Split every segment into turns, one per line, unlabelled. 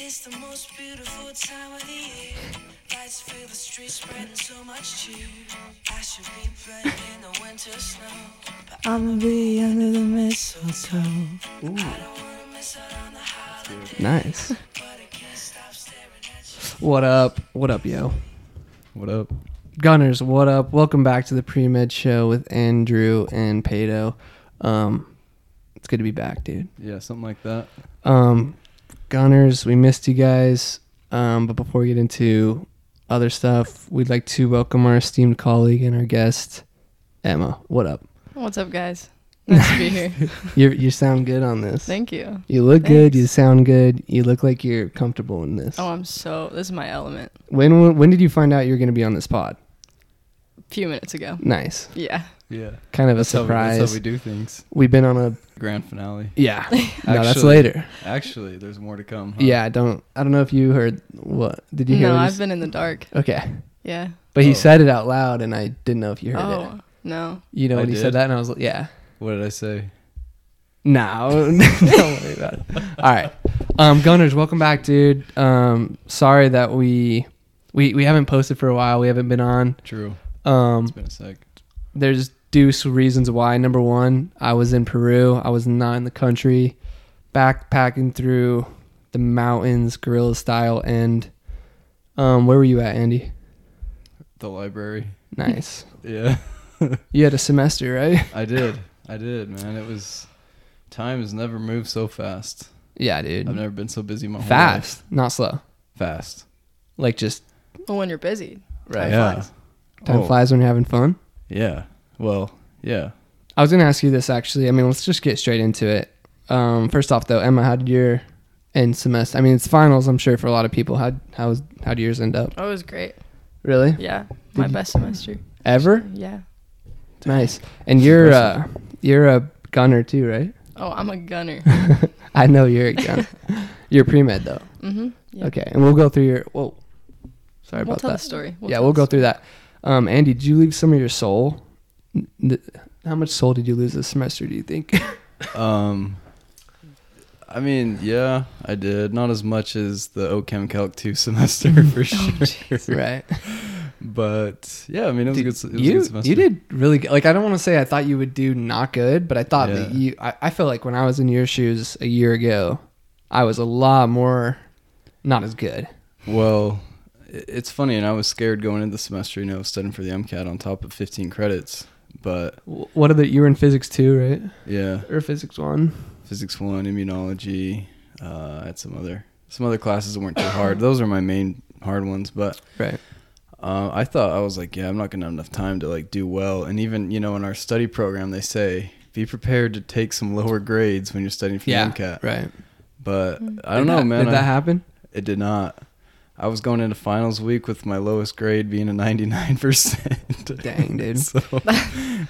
It's the most beautiful time of the year. Lights fill the streets, spreading so much cheer. I should be playing in the winter snow, but I'ma be under the mistletoe. I don't wanna miss out on the holiday,
Nice.
but I can't stop staring at you.
What up? What up, yo?
What up?
Gunners, what up? Welcome back to the pre med show with Andrew and Pato. Um, it's good to be back, dude.
Yeah, something like that.
Um, Gunners, we missed you guys. Um, but before we get into other stuff, we'd like to welcome our esteemed colleague and our guest, Emma. What up?
What's up, guys? Nice to be here.
You you sound good on this.
Thank you.
you look good.
thanks.
You sound good. You look like you're comfortable in this.
Oh, I'm so. This is my element.
When when did you find out you were going to be on this pod?
A few minutes ago.
Nice.
Yeah.
Yeah.
Kind of a
That's how, we,
surprise.
that's how we do things.
we, have been on a
Grand finale.
yeah. no, that's
Actually- Uh-huh.
later.
Actually, there's more to come. huh?
Yeah, I don't I don't know if you heard what did you hear?
no,
what he
I've
s-
been in the dark.
Okay,
Yeah.
but he
Oh.
said it out loud, and I didn't know if you heard
oh
it.
no.
You know
I
when he
did?
said that, and I was like, yeah,
What did I say?
no, don't worry about it. All right, um, Gunners, welcome back, dude. Um, sorry that we we we haven't posted for a while. We haven't been on.
True.
Um,
It's been a sec.
there's deuce reasons why. Number one, I was in Peru. I was not in the country. Backpacking through the mountains, gorilla style. And um, where were you at, Andy?
The library.
Nice.
Yeah.
you had a semester, right?
I did. I did, man. It was. Time has never moved so fast.
Yeah, dude.
I've never been so busy my whole life.
Fast, not slow.
Fast.
Like just
Well, Oh, when you're busy. Time
yeah.
flies.
time
Oh,
flies when you're having fun.
Yeah. Well, yeah.
I was gonna ask you this actually. I mean, let's just get straight into it. Um, first off, though, Emma, how did your end semester? I mean, it's finals, I'm sure, for a lot of people. How how how do yours end up?
Oh, it was great.
Really?
Yeah. My
you-
best semester.
Ever?
Yeah.
Nice. And you're uh, you're a gunner too, right?
Oh, I'm a gunner.
I know you're a gunner. you're pre med though.
mm-hmm. Yeah.
Okay, and we'll go through your. Whoa, sorry
We'll
about
tell the
that.
story.
yeah,
tell
we'll
the
go through that. Um, Andy, did you leave some of your soul? N- th- How much soul did you lose this semester? Do you think?
Um, I mean, yeah, I did. Not as much as the OChem Calc 2 semester
Oh,
for sure.
right.
But yeah, I mean, it was,
Dude,
a, good, it was a
you
good semester.
you did really good. Like I don't want to say I thought you would do not good, but I thought that
Yeah.
you. I, I feel like when I was in your shoes a year ago, I was a lot more not as good.
Well, i- it's funny, and I was scared going into the semester, you know, studying for the MCAT on top of 15 credits. But
Wh- What are the? You were in physics two, right?
yeah,
Or physics one?
physics one, immunology, uh, I had some other some other classes that weren't too hard. Those are my main hard ones. But
Right.
uh, I thought I was like, yeah, I'm not gonna have enough time to like do well. And even you know, in our study program, they say be prepared to take some lower grades when you're studying for the MCAT.
Right.
But I don't know, man.
Mm-hmm. Did
I-
that happen?
It did not. I was going into finals week with my lowest grade being a 99%.
Dang, dude.
so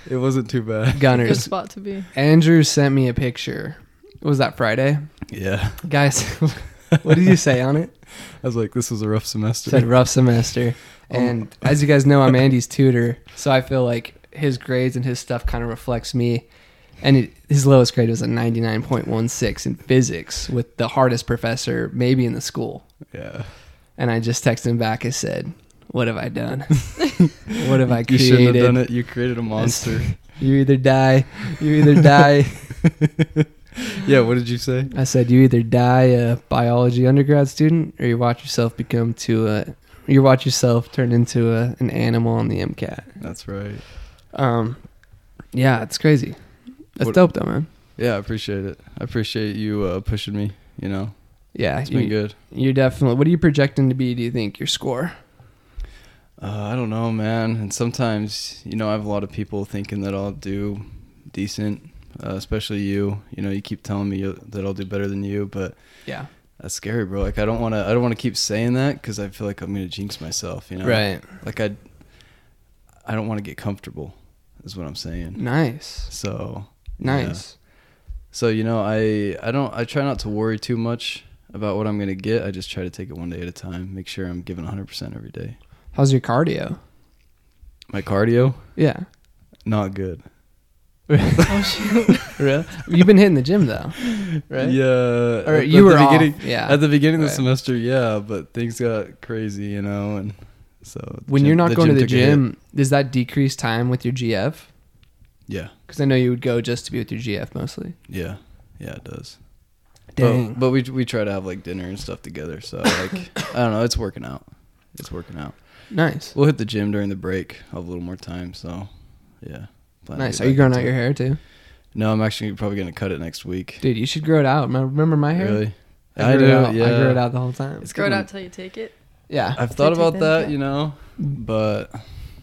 it wasn't too bad.
Good
Gunners.
spot to be.
Andrew sent me a picture. What was that Friday?
Yeah.
Guys, what did you say on it?
I was like, this was a rough semester.
Said rough semester.
Oh.
And as you guys know, I'm Andy's tutor, so I feel like his grades and his stuff kind of reflects me. And it, his lowest grade was a 99.16 in physics with the hardest professor maybe in the school.
yeah.
And I just texted him back and said, "What have I done? what have I
You
created?
shouldn't have done it. You created a monster.
You either die, you either die."
yeah, what did you say?
I said, you either die a biology undergrad student, or you watch yourself become to a, you watch yourself turn into a, an animal on the MCAT.
That's right.
Um, yeah, it's crazy. That's
What-
dope though, man.
Yeah, I appreciate it. I appreciate you uh, pushing me, you know.
Yeah,
It's
you,
been good.
You're definitely. What are you projecting to be? Do you think your score?
Uh, I don't know, man. And sometimes, you know, I have a lot of people thinking that I'll do decent, uh, especially you. You know, you keep telling me you- that I'll do better than you, but
Yeah,
that's scary, bro. Like, I don't want to. I don't want to keep saying that because I feel like I'm gonna jinx myself. You know,
right.
Like I, I don't want to get comfortable. Is what I'm saying.
Nice,
So yeah.
nice.
So you know, I I don't. I try not to worry too much about what I'm gonna get. I just try to take it one day at a time. Make sure I'm giving 100 percent every day.
How's your cardio?
My cardio,
Yeah,
not good.
Oh shoot.
Really?
You've been hitting the gym though, right?
Yeah.
Or
at
you
the
were off.
beginning,
Yeah.
At the beginning of the
Right.
semester, yeah, but things got crazy, you know, and so the
when
gym-
you're not going to the
took a hit.
gym, does that decrease time with your GF?
Yeah,
Because I know you would go just to be with your GF mostly. Oh,
yeah, yeah, it does.
Dang.
But, but we we try to have like dinner and stuff together, so like I don't know, it's working out. It's working out.
Nice.
We'll hit the gym during the break. I'll have a little more time, so yeah. Plan to
Nice.
get
Are you
back
growing
into
out
it.
your hair too,
No, I'm actually probably gonna cut it next week.
dude? You should grow it out. My- Remember my hair?
Really?
I, grew it out. I grew it out the whole time.
It's grow it out till you take it.
Yeah,
I've thought
Did you
about
think
that,
that-
you know, but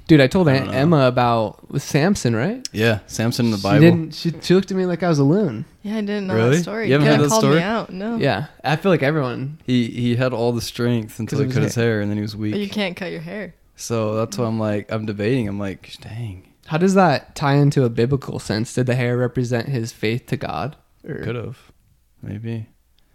dude. I told
I
Aunt
don't know.
Emma about with Samson, right?
yeah, Samson in the
She
Bible.
didn't. She, she looked at me like I was a loon.
Yeah, I didn't know
Really?
that story.
You haven't
Kinda
heard that
called
story?
me out. No.
Yeah, I feel like everyone.
He he had all the strength until
'Cause
he
of his
cut his hair, and then he was
But you
weak.
can't cut your hair.
So that's why I'm like I'm debating. I'm like, dang,
How does that tie into a biblical sense? Did the hair represent his faith to God? Or-
could have, maybe.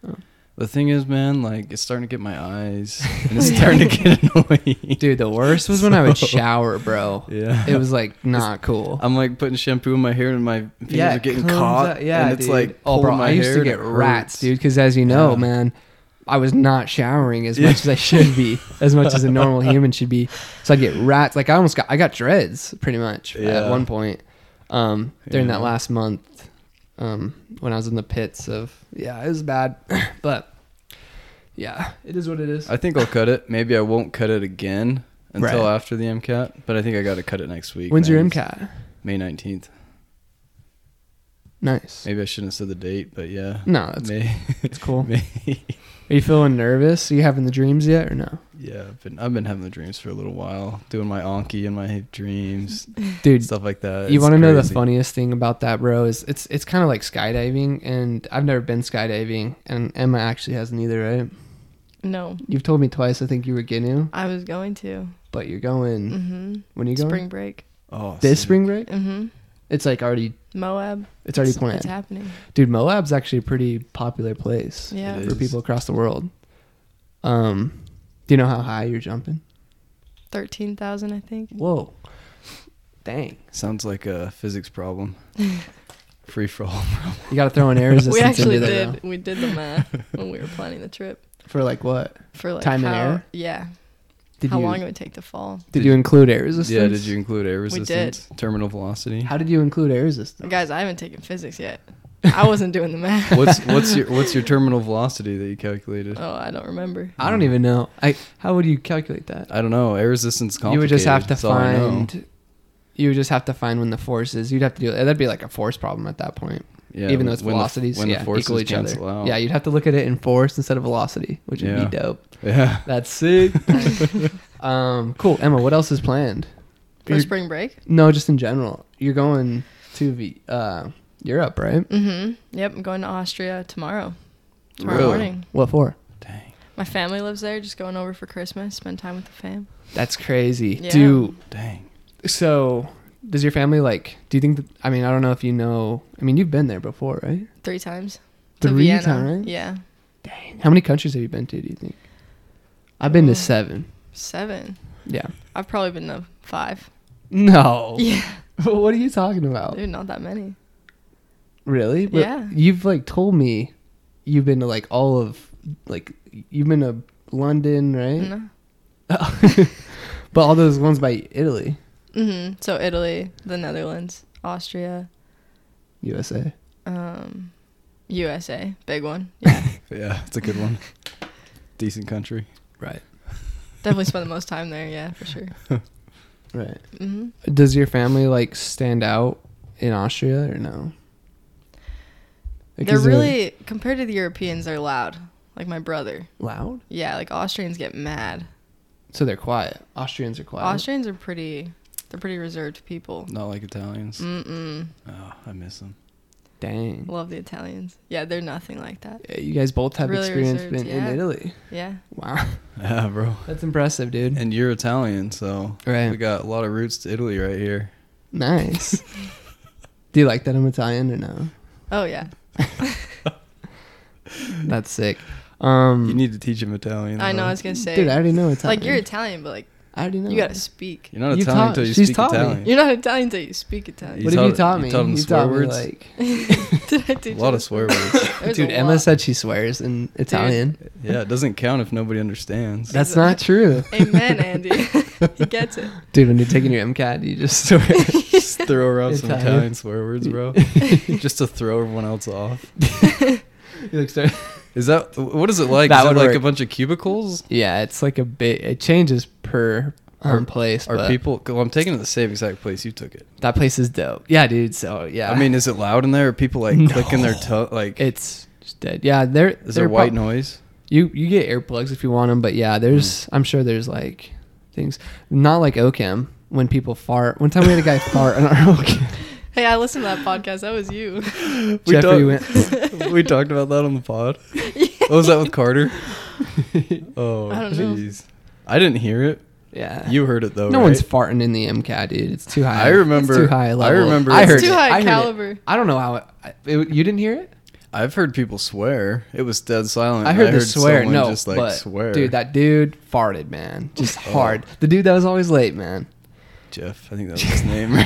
Oh.
The thing is, man, like it's starting to get my eyes, and it's starting to get annoying.
Dude, the worst was when I would
So-
shower, bro.
Yeah.
It was like not cool.
I'm like putting shampoo in my hair, and my fingers are
it
getting
comes
caught.
out- yeah,
and it's
dude.
like,
oh, bro,
pulling my
I used
hair
to
and
get
it
rats,
hurts.
dude. Because as you know,
Yeah.
man, I was not showering as
Yeah.
much as I should be, as much as a normal human should be. So I'd get rats. Like I almost got, I got dreads pretty much
Yeah.
at one point um, during that
Yeah.
last month um, when I was in the pits of. Yeah, it was bad, but yeah, it is what it is.
I think I'll cut it. Maybe I won't cut it again until
Right.
after the MCAT, but I think I got to cut it next week.
When's your
man.
MCAT?
May 19th.
Nice.
Maybe I shouldn't have said the date, but yeah.
No, that's,
May.
that's cool.
May.
Are you feeling nervous? Are you having the dreams yet or no?
Yeah, I've been, I've been having the dreams for a little while, doing my Anki and my dreams,
Dude,
stuff like that.
you
It's
want to know the
crazy.
funniest thing about that, bro? Is it's it's kind of like skydiving, and I've never been skydiving, and Emma actually hasn't either, right?
No.
You've told me twice. I think you were getting,
I was going to.
but you're going.
Mm-hmm.
When are you going?
Spring break.
Oh,
This
sick.
spring break?
Mm-hmm.
It's like already.
Moab.
It's already
It's- It's
planned,
happening.
dude. Moab's actually a pretty popular place
Yeah.
It
for
is.
people across the world. Um, do you know how high you're jumping?
Thirteen thousand, I think.
Whoa, dang!
Sounds like a physics problem. Free for all.
You got to throw an air resistance
we actually
into there
did.
though.
We did the math when we were planning the trip
for like what?
for like
Time and
how,
air?
Yeah.
Did
how
you
long it would take to fall.
did you include air resistance?
Yeah, did you include air resistance? Terminal velocity?
How did you include air resistance?
Guys, I haven't taken physics yet. I wasn't doing the math.
what's what's your what's your terminal velocity that you calculated?
Uh,
Oh, I don't remember.
I don't even know. I how would you calculate that?
I don't know. Air resistance.
You would just have to
complicated. That's all I know.
find. You would just have to find when the force is. You'd have to do that'd be like a force problem at that point.
Yeah,
even though
when-
it's
when the-
velocities
when the
yeah,
forces
equal each other.
cancel out.
Yeah, you'd have to look at it in force instead of velocity, which
Yeah.
would be dope.
Yeah.
That's sick. um, cool, Emma. What else is planned?
For
You're-
spring break?
no, just in general. You're going to the uh, Europe, right?
Mm-hmm. Yep, I'm going to Austria tomorrow. Tomorrow
Really?
morning.
What for?
Dang.
My family lives there, just going over for Christmas, spend time with the fam.
That's crazy,
Yeah.
dude.
Dang.
So, does your family like? Do you think? That, I mean, I don't know if you know. I mean, you've been there before, right?
Three times. to
Three
Vienna.
times.
Yeah.
Dang. Uh, How many countries have you been to? Do you think? I've been to
Oh.
seven.
Seven.
Yeah.
I've probably been to five.
No.
Yeah.
what are you talking about?
Dude, not that many.
Really? But
Yeah.
You've like told me you've been to like all of like you've been to London, right?
No.
but all those ones by Italy,
Mm-hmm. So Italy, the Netherlands, Austria,
USA.
um, USA, big one. Yeah,
Yeah, it's a good one. Decent country.
Right.
definitely spent the most time there. Yeah, for sure.
Right.
Mm-hmm.
Does your family like stand out in Austria or no? Like,
They're
is there-
really compared to the Europeans, they're loud. Like my brother.
loud,
Yeah, like Austrians get mad.
so they're quiet. Austrians are quiet.
Austrians are pretty. They're pretty reserved people.
Not like Italians.
Mm.
Mm-mm.
Oh, I miss them.
Dang.
Love the Italians. Yeah, they're nothing like that.
Yeah, You guys both have
Really
experience
reserved,
been
yeah.
in Italy.
Yeah.
Wow,
Yeah, bro.
that's impressive, dude.
And you're Italian, so
right.
we got a lot of roots to Italy right here.
Nice. Do you like that I'm Italian or no?
Oh yeah.
That's sick. Um,
You need to teach him Italian.
I know.
though.
I was gonna say.
dude, I already know Italian.
like you're Italian, but like
I already know.
You gotta speak.
You're not
You
Italian
taught-
until you
she's
speak
taught me.
Italian.
You're not Italian until you speak Italian.
what
You
have you
taught-
taught
you
me?
taught him
You
swear
me,
words?
like,
Did I
A
teach
lot of swear words.
dude, Emma said she swears in Italian.
Yeah, it doesn't count if nobody understands.
That's not true,
Amen, Andy. he gets it.
dude. When you're taking your MCAT, you just swear.
Just throw around some
Italian.
Italian swear words, bro. Just to throw everyone else off.
you look so-
Is that what is it like?
That
Is it
would
like
work.
a bunch of cubicles?
yeah, it's like a bit. It changes per um,
Are-
place.
Are
but
people? Well, I'm taking it the same exact place you took it.
that place is dope. Yeah, dude. So yeah,
I mean, is it loud in there? Are people like
Ah. No.
clicking their toe? Like,
it's just dead. Yeah, there
is
there
there white
prob-
noise?
You you get earplugs if you want them, but yeah, there's
Mm.
I'm sure there's like things not like OChem when people fart. One time we had a guy fart on our OChem.
Hey, I listened to that podcast. That was you.
Jeffrey
talked- we talked about that on the pod. What was that with Carter? Oh,
I don't know.
jeez. I didn't hear it.
Yeah,
You heard it though.
no
right?
one's farting in the MCAT, dude. It's too high.
I remember-
It's too high a
I
level.
remember-
I
It's
heard
too
it.
high
I heard it.
caliber.
I don't know how it, I- it- You didn't hear it?
I've heard people swear. It was dead silent.
I heard, the swear.
someone
No,
just like
but
swear. Oh.
dude, that dude farted, man. Just hard. The dude that was always late, man.
Jeff. I think that was his name.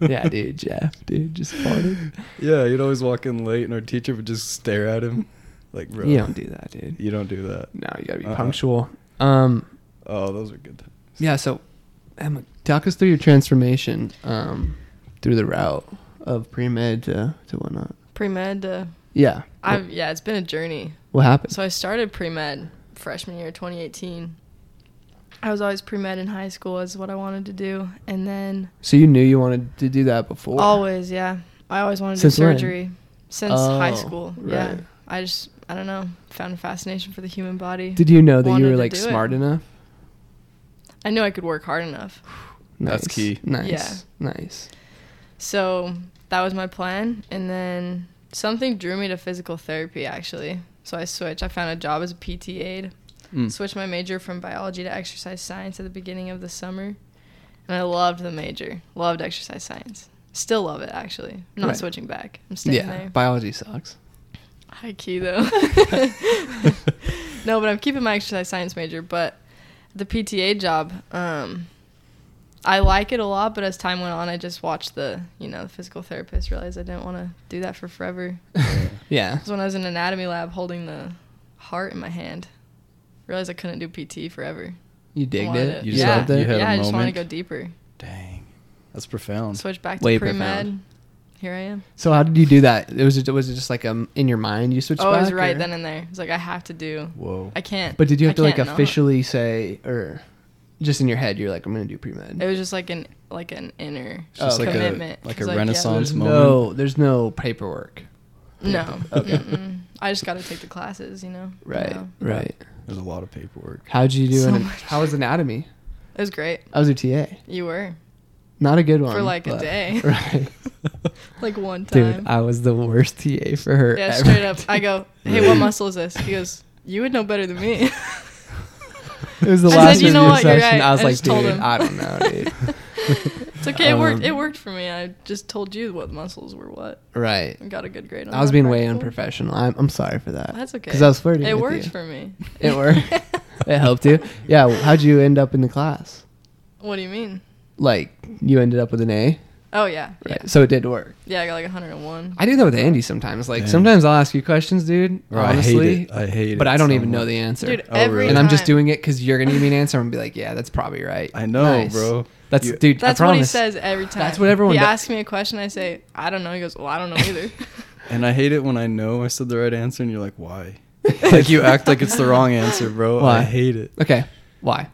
Yeah, dude, Jeff, dude, just farted.
yeah, he'd always walk in late, and our teacher would just stare at him, like, bro,
You don't do that, dude.
you don't do that.
No, you gotta be
Uh-uh.
punctual. Um,
Oh, those are good. times.
Yeah, so Emma, talk us through your transformation um, through the route of pre med to, to whatnot.
Pre med. Uh,
Yeah.
I've yeah, it's been a journey.
what happened?
So I started pre med freshman year, 2018. I was always pre med in high school. Is what I wanted to do, and then
So you knew you wanted to do that before?
always yeah, I always wanted to do
Since when?
surgery since high
Oh,
school. Yeah,
right.
I just I don't know found a fascination for the human body.
Did you know that you
Wanted
were
to
like
do it.
smart enough?
I knew I could work hard enough.
That's
Nice,
key.
Nice.
Yeah.
Nice.
So that was my plan. And then something drew me to physical therapy, actually. So I switched. I found a job as a PT aide,
Hmm.
Mm.
switched my major from biology to exercise science at the beginning of the summer. And I loved the major, loved exercise science. Still love it, actually. I'm not
Right.
switching back. I'm staying
yeah.
there.
Biology sucks.
High key, though. no, but I'm keeping my exercise science major. But the PTA job, um, I like it a lot. But as time went on, I just watched the, you know, the physical therapist realize I didn't want to do that for forever.
Yeah.
Because when I was in anatomy lab holding the heart in my hand, realized I couldn't do PT forever.
You digged
Wanted
it.
You
just
yeah,
loved it?
You had a
yeah. I just want to
moment?
go deeper.
Dang, that's profound.
Switch back to
Way
pre med.
profound.
Here I am.
So how did you do that? It was it was it just like um in your mind you switched
oh,
back?
I was right
or-
then and there. It's like I have to do.
Whoa.
I can't.
But did you have
I
to like
can't not.
officially say or just in your head you're like I'm going to do pre
It
med?
was just like an like an inner
It's just
Oh,
like
commitment.
a like
It's
a
like, yeah,
renaissance
There's
moment.
no there's no paperwork.
No.
Okay.
Mm-mm. I just got to take the classes, you know.
Right.
No.
Right.
There's a lot of paperwork.
How'd you do?
So
an,
much.
how was anatomy?
It was great.
I was your TA.
You were
Not a good one.
for like a
but-
day,
Right.
like one time.
Dude, I was the worst TA for her.
yeah,
ever.
straight up. I go, "Hey, what muscle is this?" He goes, "You would know better than me."
It was the
I said,
last
"You know
review
what, you're
session.
right."
I was
I
like,
just told
dude,
him.
I don't know, dude.
it's okay. It worked.
Um,
It worked for me. I just told you what muscles were what.
right.
I got a good grade on.
I was
that
being way
practical.
unprofessional. I'm, I'm sorry for that.
That's okay.
Because I was flirting.
it
with
worked
you.
for me.
It worked. it helped you. Yeah. well, How'd you end up in the class?
What do you mean?
Like, you ended up with an A.
Oh yeah,
Right. So it did work.
yeah. I got like 101.
I do that with Andy sometimes. Like,
Damn.
sometimes I'll ask you questions, dude.
Bro,
honestly.
Oh, I hate it. I hate it.
but I don't
so
even know
much.
the answer.
Dude,
Oh,
every
really?
and I'm just
time-
doing it because you're gonna give me an answer. I'm gonna be like, yeah, that's probably right.
I know,
Nice.
bro.
That's
You-
dude.
That's
I
what
promise.
he says every time.
what everyone
He
does.
asks me a question, I say, I don't know. He goes, Well, I don't know either.
And I hate it when I know I said the right answer, and you're like, why? like you act like it's the wrong answer, bro.
Why?
I hate it.
Okay, why?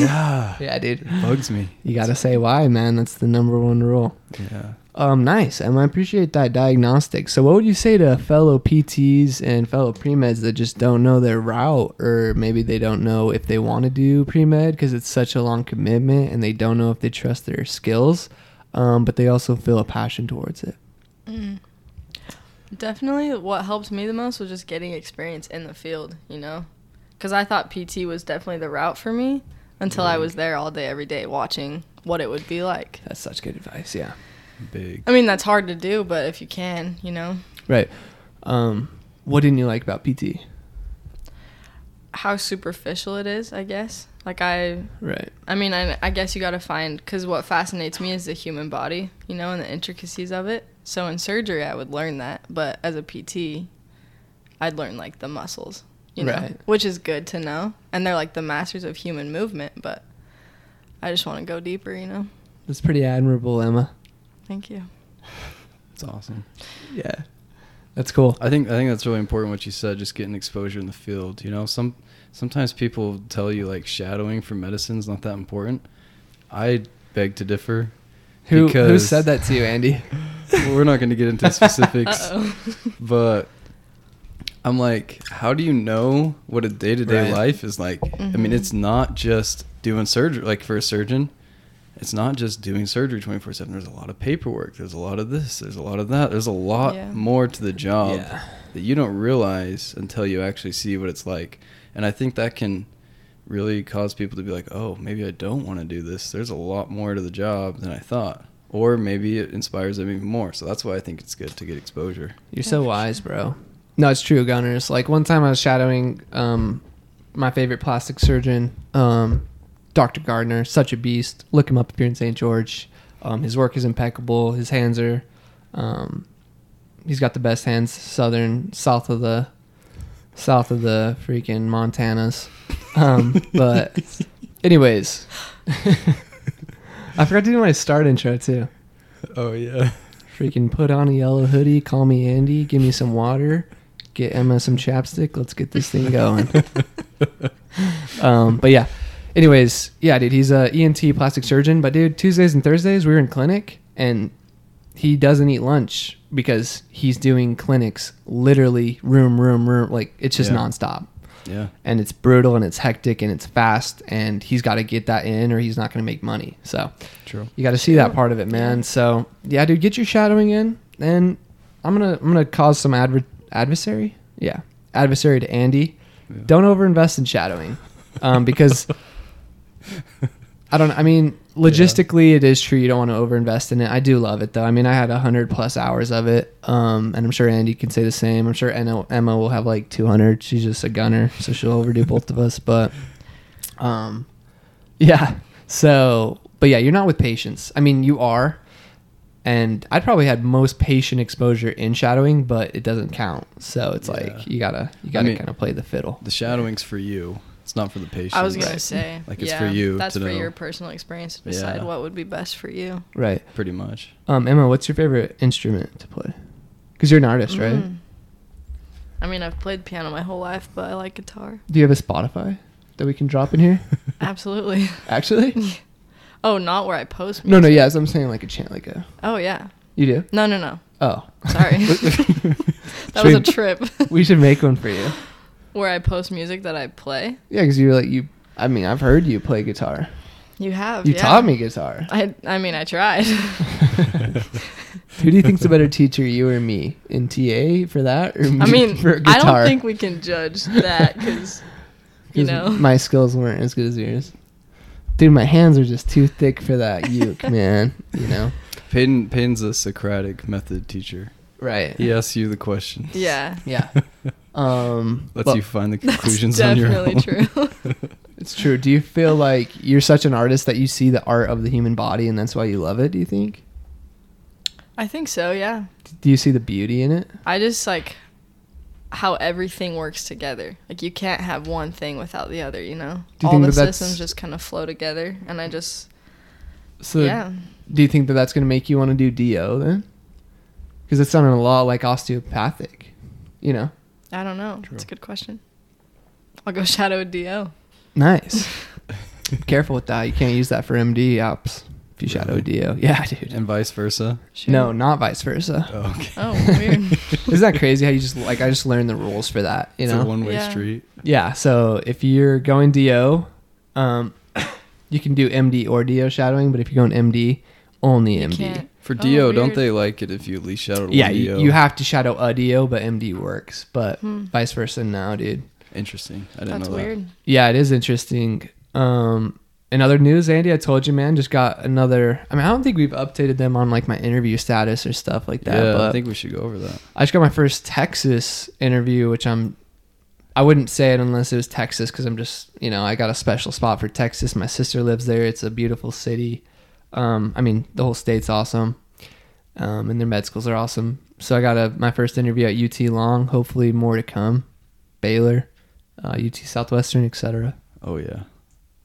Yeah,
Yeah, dude.
bugs me.
You gotta say why, man. That's the number one rule.
Yeah.
Um, nice, and I appreciate that diagnostic. So, what would you say to fellow PTs and fellow pre-meds that just don't know their route, or maybe they don't know if they want to do pre-med because it's such a long commitment, and they don't know if they trust their skills, um, but they also feel a passion towards it.
Definitely what helped me the most was just getting experience in the field, you know? Because I thought PT was definitely the route for me until
Mm-hmm.
I was there all day, every day, watching what it would be like.
That's such good advice. Yeah.
Big.
I mean, that's hard to do, but if you can, you know?
Right. Um, what didn't you like about PT?
how superficial it is, I guess. Like I,
Right.
I mean, I, I guess you got to find because what fascinates me is the human body, you know, and the intricacies of it. So in surgery, I would learn that, but as a PT, I'd learn like the muscles, you know,
Right.
which is good to know. And they're like the masters of human movement, but I just want to go deeper, you know.
That's pretty admirable, Emma.
Thank you.
It's awesome.
Yeah. That's cool.
I think I think that's really important what you said, just getting exposure in the field. You know, some sometimes people tell you like shadowing for medicine's not that important. I beg to differ.
Who who
Because-
said that to you, Andy?
Well, we're not going to get into specifics,
Uh oh.
but I'm like, how do you know what a day to day
Right.
life is like? I mean,
Mhm.
it's not just doing surgery. Like for a surgeon, it's not just doing surgery 24 seven. There's a lot of paperwork. There's a lot of this. There's a lot of that. There's a lot
Yeah.
more to the
Um,
job that you don't realize until you actually see what it's like. And I think that can really cause people to be like, oh, maybe I don't want to do this. There's a lot more to the job than I thought. Or maybe it inspires them even more. So that's why I think it's good to get exposure.
You're so wise, bro. No, it's true, Gunners. Like one time I was shadowing um, my favorite plastic surgeon, um, Dr. Gardner, such a beast. Look him up if you're in St. George. Um, his work is impeccable. His hands are, um, he's got the best hands. Southern, south of the, south of the freaking Montanas. Um, but, anyways, I forgot to do my start intro too.
Oh, yeah.
Freaking put on a yellow hoodie, call me Andy, give me some water, get Emma some chapstick, let's get this thing going. um, but yeah. Anyways, yeah, dude, he's a ENT plastic surgeon, but dude, Tuesdays and Thursdays we were in clinic and he doesn't eat lunch because he's doing clinics literally room, room, room, like it's just
Yeah.
nonstop
Yeah.
and it's brutal and it's hectic and it's fast and he's got to get that in or he's not going to make money. So
True.
you got to see that part of it, man. So yeah, dude, get your shadowing in, and I'm gonna I'm gonna cause some adver- adversary. Yeah, adversary to Andy.
Yeah.
Don't overinvest in shadowing, um, because I don't. I mean, logistically, it is true you don't want to overinvest in it. I do love it though. I mean, I had hundred plus hours of it, um, and I'm sure Andy can say the same. I'm sure Emma Emma will have like 200. She's just a gunner, so she'll overdo both of us. But um, yeah. So, but yeah, you're not with patients. I mean, you are. And I'd probably had most patient exposure in shadowing, but it doesn't count. So it's
Yeah.
like you gotta you gotta
mean-
kind of play the fiddle.
The shadowing's for you. It's not for the patient.
I was gonna say,
Like, it's
yeah,
for you
That's
to
for
know.
your personal experience to decide
Yeah.
what would be best for you.
Right.
Pretty much.
Um, Emma, what's your favorite instrument to play? Because you're an artist, right?
Mm. I mean, I've played piano my whole life, but I like guitar.
Do you have a Spotify that we can drop in here?
Absolutely.
Actually,
Oh, not where I post.
no, no,
music.
yeah. As I'm saying, like a chant, like a
Oh yeah.
you do.
No, no, no.
Oh,
Sorry. that was a trip.
we should make one for you.
where I post music that I play.
Yeah, because you're like you. I mean, I've heard you play guitar.
You have.
You
Oh, yeah.
taught me guitar.
I I mean, I tried.
Who do you think's a better teacher, you or me? In TA for that, or
I
me
mean,
for
I
guitar?
don't think we can judge that because you
'Cause
know.
my skills weren't as good as yours. Dude, my hands are just too thick for that uke, man. You know,
Payton, Payton's a Socratic method teacher.
right?
He asks you the questions.
yeah.
yeah. Um,
Lets
well,
you find the
That's
conclusions on your own.
definitely true.
it's true. Do you feel like you're such an artist that you see the art of the human body, and that's why you love it? Do you think?
I think so. Yeah.
Do you see the beauty in it?
I just like how everything works together. Like you can't have one thing without the other, you know?
Do you
All
think
the
that that's-
systems just kind of flow together and I just
So,
yeah.
do you think that that's going to make you want to do do then? Because it sounded a lot like osteopathic. You know,
I don't know.
True.
It's a good question. I'll go shadow a DO.
nice. Careful with that. You can't use that for MD apps. If you shadow
Really?
do, yeah, dude.
And vice versa.
Shoot.
No, not vice versa.
Oh, okay.
Oh, weird.
Isn't that crazy how you just like I just learned the rules for that, you
it's a
know?
one way
Yeah.
street.
Yeah, so if you're going DO, um you can do MD or DO shadowing, but if you're going MD, only
You
MD.
can't.
For
Oh,
DO, don't
weird.
they like it if you at least shadowed
Yeah,
one
you,
DO?
you have to shadow a DO, but MD works, but
Hmm.
vice versa now, dude.
Interesting. I didn't
That's
know that.
weird.
Yeah, it is interesting. Um in other news, Andy, I told you, man, just got another. I mean, I don't think we've updated them on like my interview status or stuff like that.
yeah,
but
I think we should go over that.
I just got my first Texas interview, which I'm I wouldn't say it unless it was Texas because I'm just you know I got a special spot for Texas. My sister lives there. It's a beautiful city. Um, I mean the whole state's awesome, um, and their med schools are awesome. So I got a my first interview at UT Long. Hopefully more to come. Baylor, uh, UT Southwestern, etc.
Oh yeah,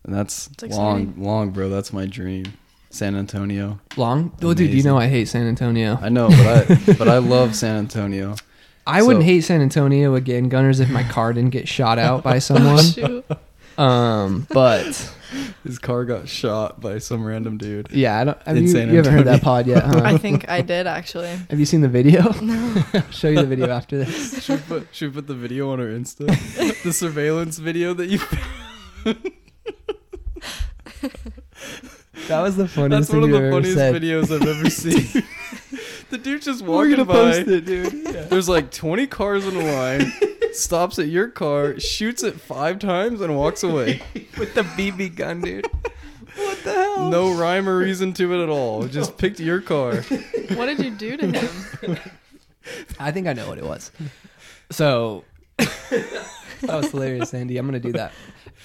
and that's
It's
long, long, bro. That's my dream. San Antonio.
Long. Well, dude, you
Amazing.
know I hate San Antonio.
I know, but I but I love San Antonio.
I wouldn't
So-
hate San Antonio again, Gunners, if my car didn't get shot out by someone.
Shoot.
um, but
His car got shot by some random dude.
yeah, I don't. Have
In
you,
San
you haven't heard that
Antonio.
pod yet, huh?
I think I did actually.
Have you seen the video? No. Show you the video after this.
Should we put should we put the video on our Insta? the surveillance video that you
That was the funniest
That's
thing
one of the
you've ever
funniest
said.
videos I've ever seen. the dude just
We're
walking
gonna
by.
post it, dude.
There's like 20 cars in a line. stops at your car, shoots it five times, and walks away.
With the BB gun, dude. what the hell?
No rhyme or reason to it at all. Just picked your car.
What did you do to him?
I think I know what it was. So that was hilarious, Andy. I'm gonna do that.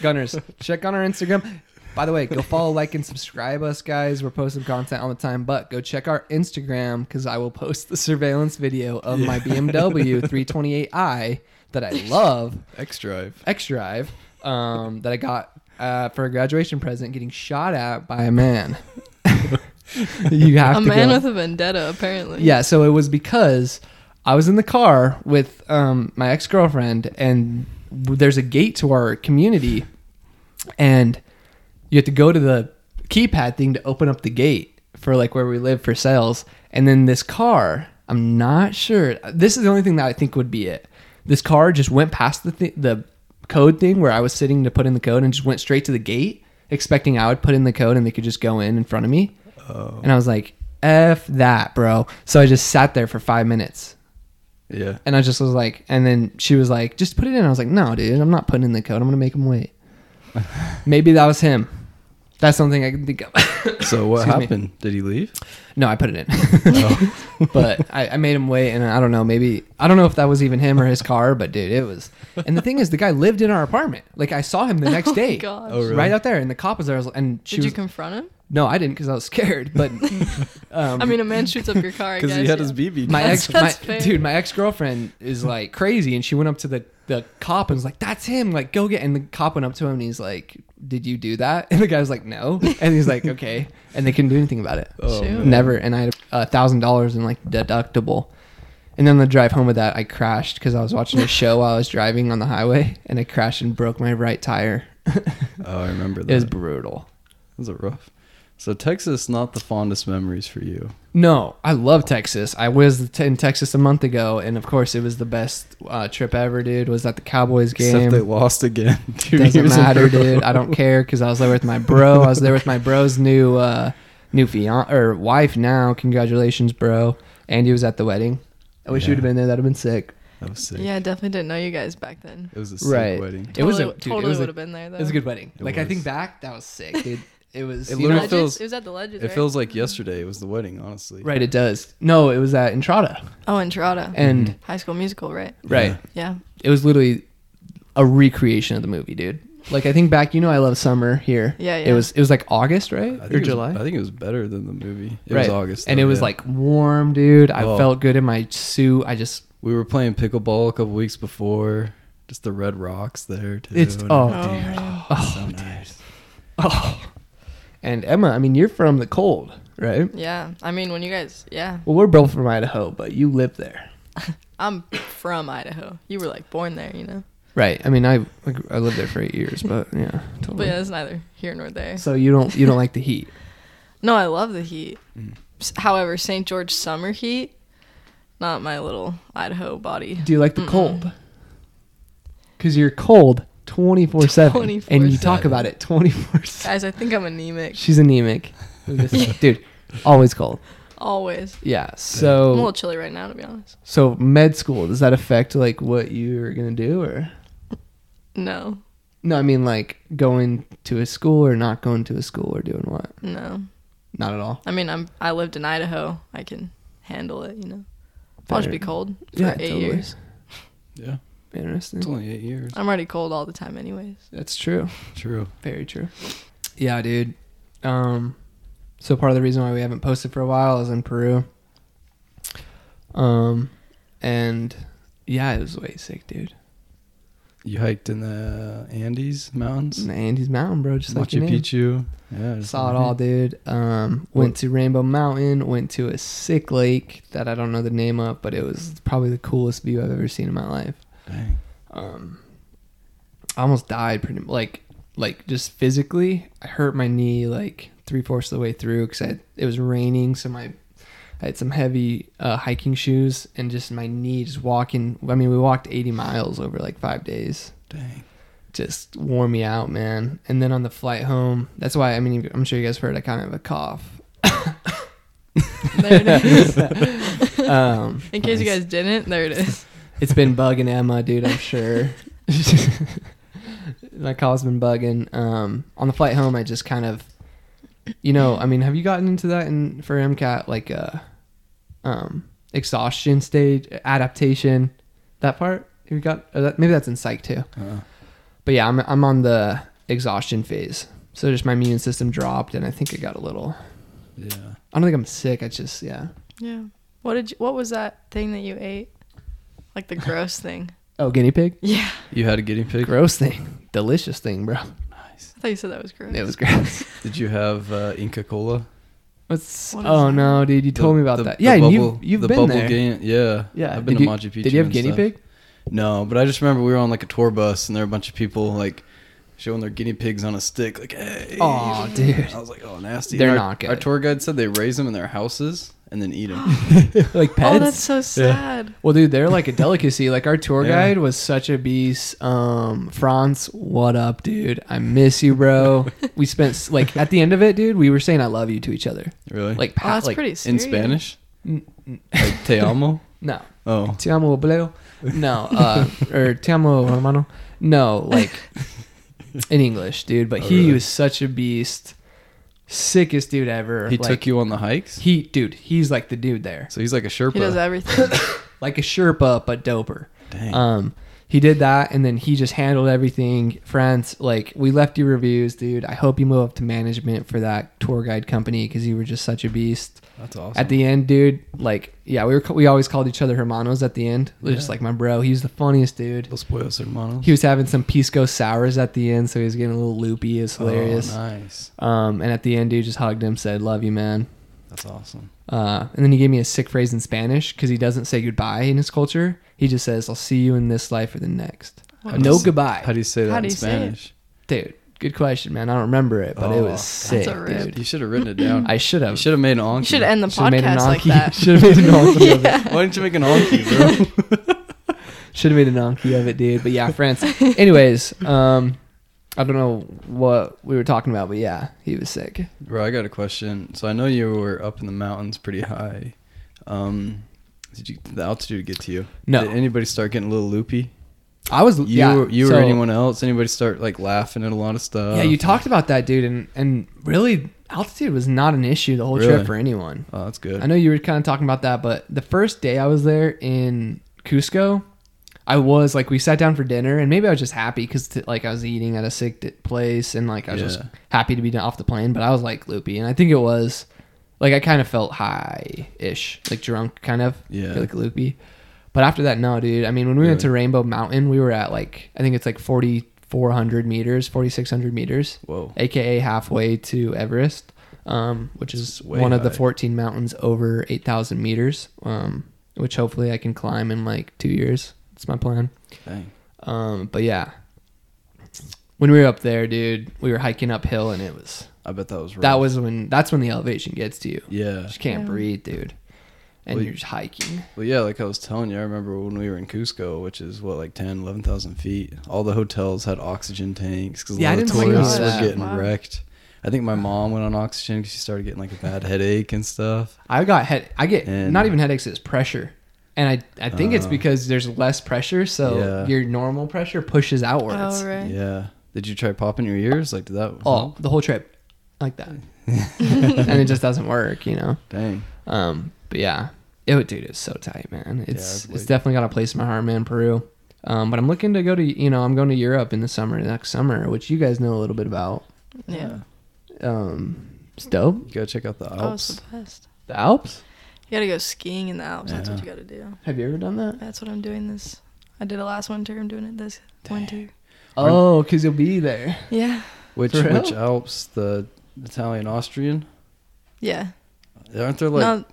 Gunners, check on our Instagram. By the way, go follow, like, and subscribe us, guys. We're posting content all the time, but go check our Instagram because I will post the surveillance video of my BMW 328i that I love,
X Drive.
X Drive, um, that I got uh, for a graduation present, getting shot at by a man. you have
A
to
man
go.
with a vendetta, apparently.
Yeah, so it was because I was in the car with um, my ex girlfriend, and w- there's a gate to our community, and you have to go to the keypad thing to open up the gate for like where we live for sales. And then this car, I'm not sure. This is the only thing that I think would be it. This car just went past the th- the code thing where I was sitting to put in the code and just went straight to the gate, expecting I would put in the code and they could just go in in front of me. And I was like, F that, bro. So I just sat there for five minutes.
Yeah.
And I just was like, and then she was like, just put it in. I was like, no, dude, I'm not putting in the code. I'm going to make him wait. Maybe that was him. That's something I can think of.
So what
Excuse me.
happened? Did he leave?
no, I put it in.
Oh.
but I, I made him wait. And I don't know, maybe, I don't know if that was even him or his car, but dude, it was. And the thing is, the guy lived in our apartment. Like, I saw him the next
Oh my
day.
gosh.
Oh, really?
Right out there, and the cop was there, I was- and she
Did you
was.
confront him?
no, I didn't because I was scared. But um,
I mean, a man shoots up your car. I
Because he
guess,
had
yeah.
his BB.
my
That's-
ex, my,
that's fair.
dude, my ex girlfriend is like crazy, and she went up to the the cop and was like, "That's him! Like, go get!" And the cop went up to him and he's like, "Did you do that?" And the guy was like, "No," and he's like, "Okay," and they couldn't do anything about it.
Oh,
Shoot.
man.
Never. And I had a thousand dollars in like deductible. And then the drive home with that, I crashed because I was watching a show while I was driving on the highway, and I crashed and broke my right tire.
Oh, I remember that.
It was brutal.
Those are rough. So Texas, not the fondest memories for you.
No, I love Texas. I was t- in Texas a month ago, and of course, it was the best uh, trip ever, dude. Was at the Cowboys game.
Except they lost again. Two
Doesn't
years in a
matter,
row.
dude. I don't care because I was there with my bro. I was there with my bro's new uh, new fian or wife now. Congratulations, bro. Andy was at the wedding. I wish
Yeah.
you'd have been there. That'd have been sick.
That was sick.
Yeah, I definitely didn't know you guys back then.
It was a sick
Right.
wedding.
It was a
Totally-
dude,
totally
it was a,
would have been there though.
it was a good wedding.
It
like I
was.
think back, that was sick, dude. It was.
It
you know-
literally
Legends?
feels-
It was at the Legends.
It
right?
feels like yesterday. It was the wedding, honestly.
right. It does. No, it was at Entrada,
Oh, Entrada.
and
High School Musical, right?
right.
Yeah.
Yeah.
It was literally a recreation of the movie, dude. Like I think back, you know, I love summer here.
Yeah,
It
yeah.
was it was like August, right,
I think
or
it was-
July?
I think it was better than the movie. It
right.
was August,
and
though,
it was
yeah.
like warm, dude. I
Oh.
felt good in my suit. I just
we were playing pickleball a couple weeks before. Just the Red Rocks there too.
It's-
and
oh.
everything.
Oh.
It's so nice.
oh. And Emma, I mean, you're from the cold, right?
Yeah. I mean, when you guys, yeah,
Well, we're both from Idaho, but you live there,
I'm from Idaho. You were like born there, you know.
right? I mean, I I lived there for eight years, but yeah,
But
totally.
yeah, it's neither here nor there.
So you don't you don't like the heat?
No, I love the heat.
Mm.
S- However, St. George summer heat, not my little Idaho body.
Do you like the cold? Because you're cold twenty four seven, and you talk
24/7.
about it twenty four seven.
Guys, I think I'm anemic.
She's anemic. Dude, always cold.
Always.
Yeah.
I'm a little
So
chilly right now, to be honest.
so med school, does that affect like what you're gonna do or
No,
no, I mean like going to a school or not going to a school or doing what?
no.
Not at all.
I mean, I'm. I lived in Idaho. I can handle it, you know. I'll just
Fair.
be cold for
Yeah,
eight
totally.
years.
Yeah. It's
Interesting.
only eight years.
I'm already cold all the time, anyways.
That's true.
True.
Very true. Yeah, dude. Um, so part of the reason why we haven't posted for a while is in Peru. Um, and yeah, it was way sick, dude.
You hiked in the Andes mountains,
In the Andes Mountain, bro, just like
Machu
your name.
Picchu. Yeah, just
Saw it
like-
all, dude. Um, went to Rainbow Mountain. Went to a sick lake that I don't know the name of, but it was probably the coolest view I've ever seen in my life.
Dang.
um I almost died pretty like like just physically I hurt my knee like three fourths of the way through because I had, it was raining so my I had some heavy uh, hiking shoes and just my knee just walking I mean we walked 80 miles over like five days
Dang.
just wore me out man and then on the flight home that's why I mean I'm sure you guys heard I kind of have a cough
There it is.
um
In case you guys didn't, there it is.
It's been bugging Emma, dude. I'm sure. My call's been bugging. Um, on the flight home, I just kind of, you know, I mean, have you gotten into that in for MCAT like uh, um, exhaustion stage adaptation, that part? Have you got uh, that, maybe that's in psych too.
Uh,
But yeah, I'm I'm on the exhaustion phase. So just my immune system dropped, and I think I got a little.
yeah.
I don't think I'm sick. I just yeah.
Yeah. What did you, what was that thing that you ate? Like the gross thing.
Oh, guinea pig.
Yeah.
You had a guinea pig.
Gross thing. Delicious thing, bro.
Nice.
I thought you said that was gross.
It was gross.
Did you have uh, Inca Cola?
What's
What is
oh
that?
no, dude! You
The-
told me about
the-
that.
the
yeah, and
bubble-
you've you've
the
been
bubble
there.
game- yeah,
Yeah,
I've been
did you,
to Machu Picchu.
Did you have
and
guinea
stuff.
pig?
No, but I just remember we were on like a tour bus and there were a bunch of people like showing their guinea pigs on a stick. Like, hey.
Aw, dude.
I was like, oh, nasty.
They're
And our,
not good.
Our tour guide said they raise them in their houses and then eat them.
like pets?
oh, that's so sad.
well, dude, they're like a delicacy. Like our tour
Yeah.
guide was such a beast. Um, Franz, what up, dude? I miss you, bro. we spent s- like at the end of it, dude. We were saying I love you to each other.
really?
Like,
Oh,
pa-
that's
like
pretty
in
serious.
Spanish?
n-
Like, te amo?
no,
Oh.
te amo, obleo. No, uh, or te amo, hermano. No, like in English, dude. But
Oh,
he
really?
was such a beast, sickest dude ever.
He
like,
took you on the hikes?
He, dude, he's like the dude there,
So he's like a Sherpa.
He does everything.
like a Sherpa but doper.
Dang.
Um, he did that, and then he just handled everything. France, like we left you reviews, dude. I hope you move up to management for that tour guide company because you were just such a beast.
That's awesome.
At the end, dude, like yeah, we were ca- we always called each other hermanos at the end. We're Just
Yeah.
like my bro, he was the funniest dude.
Los Pollos Hermanos.
He was having some pisco sours at the end, so he was getting a little loopy. It's
Oh,
hilarious.
nice.
Um, and at the end, dude just hugged him, said, "Love you, man."
That's awesome.
Uh, and then he gave me a sick phrase in Spanish because he doesn't say goodbye in his culture. He just says, "I'll see you in this life or the next."
Wow.
No
That's-
goodbye,
How do you say that
How
in
do you say it?
Spanish?
dude. Good question, man. I don't remember it, but it
Oh,
was
that's
sick,
a rip.
dude.
You should have written it down.
I should
you
have.
should have made an onky.
You should end the
Should've made
podcast
an
like
Anki.
that.
Should have made an Anki of it.
Why didn't you make an onky, bro?
Should have made an Anki of it, dude. But yeah, France. Anyways, um, I don't know what we were talking about, but yeah, he was sick.
Bro, I got a question. So I know you were up in the mountains pretty high. Um, did you did the altitude get to you?
No.
Did anybody start getting a little loopy?
I was.
You
yeah,
you
so-
or anyone else? Anybody start like laughing at a lot of stuff?
Yeah, you talked about that, dude, and and really, altitude was not an issue the whole
Really?
trip for anyone.
Oh, that's good.
I know you were kind of talking about that, but the first day I was there in Cusco, I was like, we sat down for dinner, and maybe I was just happy because like I was eating at a sick di- place, and like I was just
Yeah.
happy to be off the plane. But I was like loopy, and I think it was like I kind of felt high ish, like drunk, kind of,
Yeah.
like loopy. But after that, no, dude. I mean, when we went to Rainbow Mountain, we were at like I think it's like forty four hundred meters, forty six hundred meters
Whoa.
aka halfway to Everest, um, which is
way
one of the
high.
14 mountains over 8,000 meters, um, which hopefully I can climb in like two years. That's my plan.
Dang.
Um, but yeah, when we were up there, dude, we were hiking uphill, and it was
I bet that was rough.
that was when that's when the elevation gets to you. You
yeah.
just can't
Yeah.
breathe, dude. And
Well,
you're just hiking.
Well, yeah, like I was telling you, I remember when we were in Cusco, which is what like 10, 11,000 feet. All the hotels had oxygen tanks because a
Yeah, I
lot of
didn't think
tourists
about
were
that.
getting
Wow.
wrecked. I think my mom went on oxygen because she started getting like a bad headache and stuff.
I got head. I get
And-
not even headaches. It's pressure, and I I think it's
Oh.
because there's less pressure, so
Yeah.
your normal pressure pushes outwards.
Oh, right.
Yeah. Did you try popping your ears? Like, did that?
Oh. Uh-huh.
all Oh, the whole trip like that and it just doesn't work you know
Dang.
um but yeah it would dude it's so tight man it's
it's
it's
like-
definitely got a place in my heart man peru Um, but I'm looking to go to you know I'm going to Europe in the summer next summer, which you guys know a little bit about.
Yeah.
Um, it's dope.
You gotta check out the
Oh, it's
Alps.
the best.
The Alps.
You gotta go skiing in the Alps. That's what you gotta do.
Have you ever done that?
That's what I'm doing this. I did it last winter. I'm doing it this winter.
Oh, because you'll be there.
Yeah.
Which
For real?
which Alps? The Italian Austrian?
Yeah.
Aren't there like
no,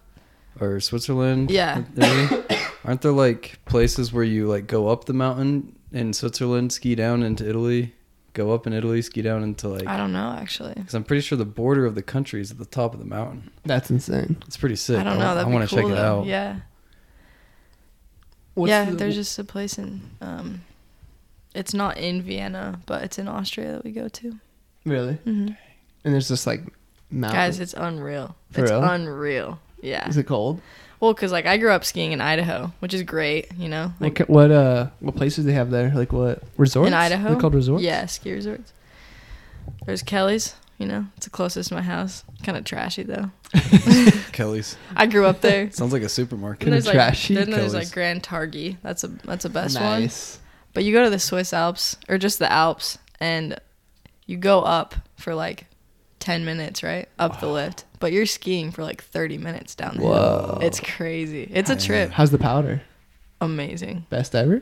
or Switzerland?
Yeah.
maybe? Aren't there like places where you like go up the mountain in Switzerland, ski down into Italy, go up in Italy, ski down into like
I don't know actually.
Because I'm pretty sure the border of the country is at the top of the mountain.
That's insane.
It's pretty sick.
I don't know.
wa-
That'd
I
be
wanna
cool
check it
though.
out.
Yeah.
What's
yeah,
the-
there's just a place in um it's not in Vienna, but it's in Austria that we go to.
really
Mhm.
and there's just like mountains.
Guys, it's unreal.
For
it's
real?
unreal. Yeah.
Is it cold?
Well, cuz like I grew up skiing in Idaho, which is great, you know. Like
Like what uh what places they have there? Like what resorts
in Idaho.
They're called resorts.
Yeah, ski resorts. There's Kelly's, you know. It's the closest to my house. Kind of trashy though.
Kelly's
I grew up there.
sounds like a supermarket.
Then
Kinda
there's like
trashy,
then there's
Kelly's.
like Grand Targhee. That's a that's a best one.
nice.
But you go to the Swiss Alps or just the Alps and you go up for like 10 minutes, right? Up the lift. But you're skiing for like 30 minutes down the hill. It's crazy. It's a trip.
How's the powder?
Amazing.
Best ever.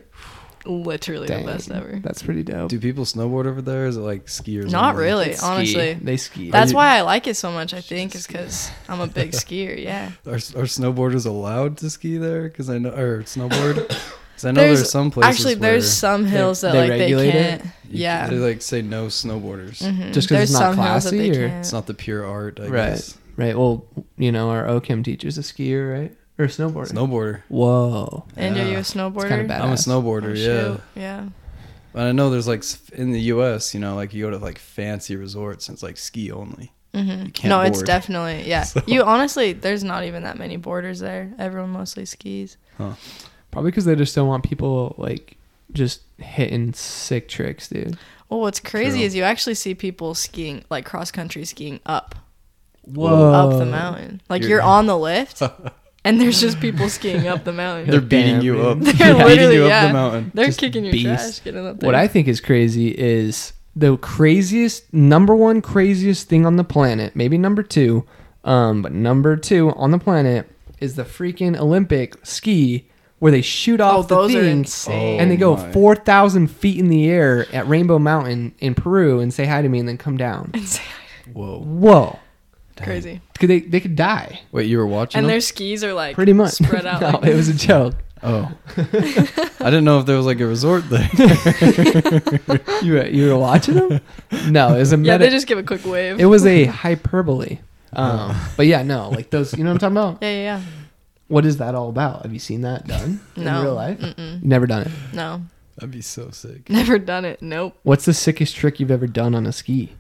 Literally
Dang,
the best ever.
That's pretty dope.
Do people snowboard over there? Is it like skiers?
Not
only?
really,
Ski.
honestly.
they ski.
That's
you-
why I like it so much, I think, is because I'm a big skier. Yeah.
Are, are snowboarders allowed to ski there? Because I know or snowboard. Because I know there's, some places
Actually,
where
there's some hills that
they
like they
regulate it?
can't.
you-
Yeah.
they like say no snowboarders.
Mhm.
Just 'cause
There's
it's not
some hills that
classy,
they
or-
can't.
It's not the pure art, I
Right.
guess.
Right. Well, you know, our OChem teacher's a skier, right? Or a snowboarder.
Snowboarder.
Whoa.
And are you a
Yeah.
snowboarder?
bad.
I'm a
Badass.
snowboarder.
Oh,
yeah.
shoot. Yeah.
But I know there's like s- in the U.S. You know, like you go to like fancy resorts and it's like ski only. You can't
Mm-hmm. no, it's
board.
definitely yeah.
So-
You honestly, there's not even that many borders there. Everyone mostly skis.
Probably because they just don't want people like just hitting sick tricks, dude.
Well, what's crazy
True.
is you actually see people skiing like cross country skiing up
Whoa.
up the mountain. Like you're,
You're-
on the lift, and there's just people skiing up the mountain.
They're
They're,
beating
Damn,
you
dude.
up. They're
They're
beating
literally-
you up
yeah.
the mountain.
just
kicking your
beast.
trash, getting up there.
What I think is crazy is the craziest, number one craziest thing on the planet, maybe number two, um, but number two on the planet is the freaking Olympic ski where they shoot off the
Oh, those are
thing
insane.
and they go
Oh my.
4,000 feet in the air at Rainbow Mountain in Peru and say hi to me and then come down.
Insane.
Whoa.
Whoa.
crazy.
Could they, they could die.
Wait, you were watching?
And
them?
their skis are like
Pretty much.
spread out.
no,
like,
it was a joke.
Oh, I didn't know if there was like a resort there.
You were, you were watching them? No, it was a
yeah,
meta.
they just give a quick wave.
it was a hyperbole. Um, but yeah, no, like those, you know what I'm talking about?
yeah, yeah,
What is that all about? Have you seen that done
yeah.
in
No.
real life?
Mm-mm.
Never done it.
No,
That'd be so sick.
never done it. Nope.
What's the sickest trick you've ever done on a ski?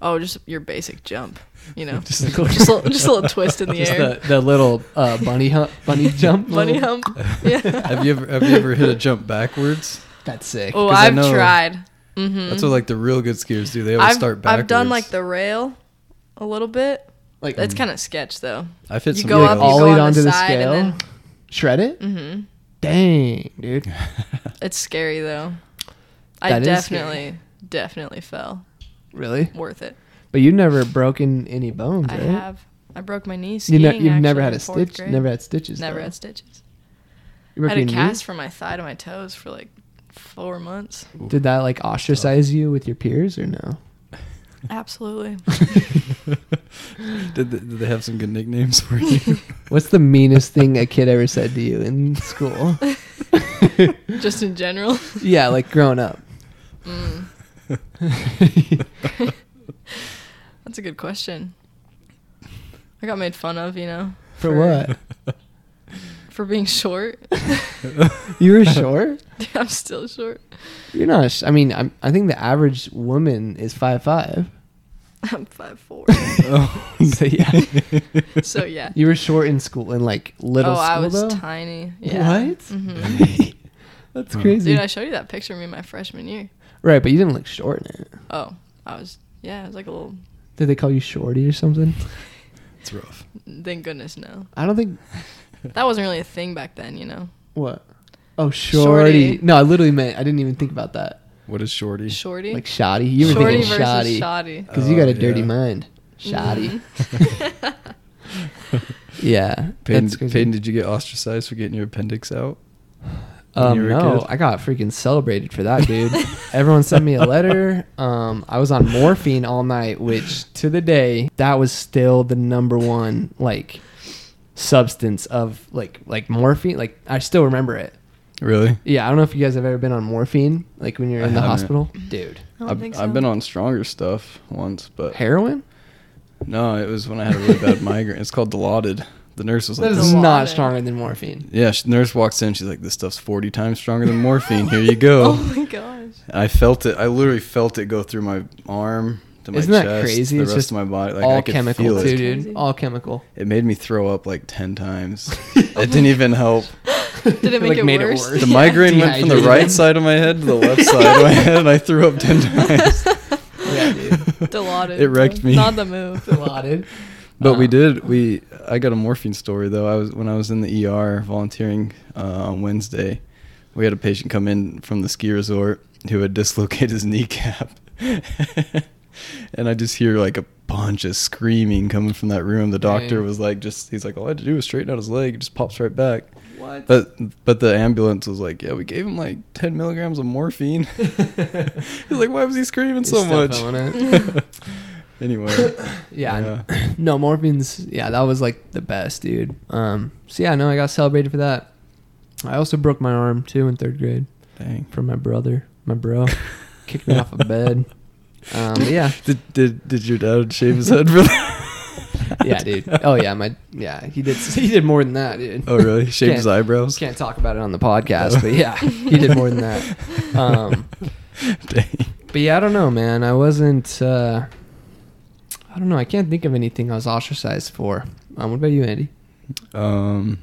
Oh, just your basic jump. You know,
Just,
just a little, just a little twist in the
just
air.
the, the little uh, bunny hump, bunny jump.
Bunny
little-
hump. Yeah.
Have you ever have you ever hit a jump backwards?
That's sick.
Oh,
'Cause I
I've
know-
tried. Mm-hmm.
That's what like the real good skiers do. They always
I've,
start backwards.
I've done like the rail a little bit.
Like, um,
That's kind of sketch though.
I've hit
you
some
go
rails.
up, you
all
go
it
on the
onto the,
side
scale,
and
shred it.
Mm-hmm.
Dang, dude.
It's scary though. I
That is
definitely, definitely fell.
Really?
Worth it.
But you've never broken any bones,
I
right?
have. I broke my knee
You
skiing.
know, you've never
actually,
had
in
a
fourth
stitch.
grade.
Never had stitches.
Never
though.
had stitches.
You
I
broke
had a
your knee?
cast from my thigh to my toes for like four months.
Did that like ostracize you with your peers or no?
Absolutely.
did, they, did they have some good nicknames for you?
What's the meanest thing a kid ever said to you in school?
Just in general.
yeah, like growing up.
Mm. That's a good question. I got made fun of, you know,
For what?
for being short.
You were short?
I'm still short.
You're not. Sh- I mean, I'm, I think the average woman is five five.
I'm five four.
Oh,
so yeah,
so yeah.
you were short in school in like little
oh,
school
I was
though.
tiny. Yeah.
What?
hmm
That's crazy.
Dude, I showed you that picture of me my freshman year.
right, but you didn't look short in it.
Oh, I was yeah, I was like a little.
Did they call you shorty or something?
it's rough.
Thank goodness no.
I don't think.
That wasn't really a thing back then, you know.
What? Oh, shorty.
Shorty.
No, I literally meant I didn't even think about that.
What is shorty?
Shorty.
Like shoddy. You were
shorty
thinking
versus
shoddy
shoddy.
because you got
Oh,
a dirty
yeah.
mind. Shoddy.
Mhm.
Yeah.
Peyton,
that's crazy.
Peyton, did you get ostracized for getting your appendix out? when you
Um,
were a
no,
kid?
I got freaking celebrated for that, dude. Everyone sent me a letter. Um, I was on morphine all night, which to the day that was still the number one like substance of like like morphine. Like I still remember it.
Really?
Yeah, I don't know if you guys have ever been on morphine, like when you're
I
in the
haven't.
hospital, dude.
I don't
I've,
think
I've
so.
been on stronger stuff once, but
Heroin?
no, it was when I had a really bad migraine. It's called Dilaudid. The nurse was
That
like,
is
this,
Dilaudid.
not stronger than morphine.
yeah, she, nurse walks in. She's like, this stuff's 40 times stronger than morphine. Here you go.
Oh my gosh.
I felt it. I literally felt it go through my arm to my
Isn't that
chest,
crazy?
the
It's
rest
just
of my body. Like I
all
could
chemical
feel
too,
it.
It's
dude.
crazy.
All chemical.
It made me throw up like 10 times. it didn't even help.
Did it make
Like,
it,
made it
worse?
worse.
The migraine went from the
Dehydrated.
right side of my head to the left side of my head, and I threw up 10 times.
Yeah, dude.
Dilaudid.
It wrecked me.
Not the move.
Dilaudid.
But we
Uh.
did. We I got a morphine story though. I was when I was in the ER volunteering uh, on Wednesday. We had a patient come in from the ski resort who had dislocated his kneecap, and I just hear like a bunch of screaming coming from that room. The doctor
Dang.
was like, just he's like, all I had to do was straighten out his leg. It just pops right back.
What?
But but the ambulance was like, yeah, we gave him like ten milligrams of morphine. he's like, why was he screaming
He's
so
still
much?
feeling it.
Anyway, uh,
yeah, No, morphine's yeah, that was like the best, dude. Um, so yeah, no, I got celebrated for that. I also broke my arm too in third grade
dang.
from my brother, my bro, kicked me off of bed. Um, but yeah,
Did, did did your dad shave his head for that?
yeah, dude. Oh yeah, my yeah, he did he did more than that, dude.
Oh really? Shaved his
Can't-
eyebrows?
Can't talk about it on the podcast, but yeah, he did more than that. Um,
Dang.
But yeah, I don't know, man. I wasn't. Uh, I don't know. I can't think of anything I was ostracized for. Um, what about you, Andy?
Um.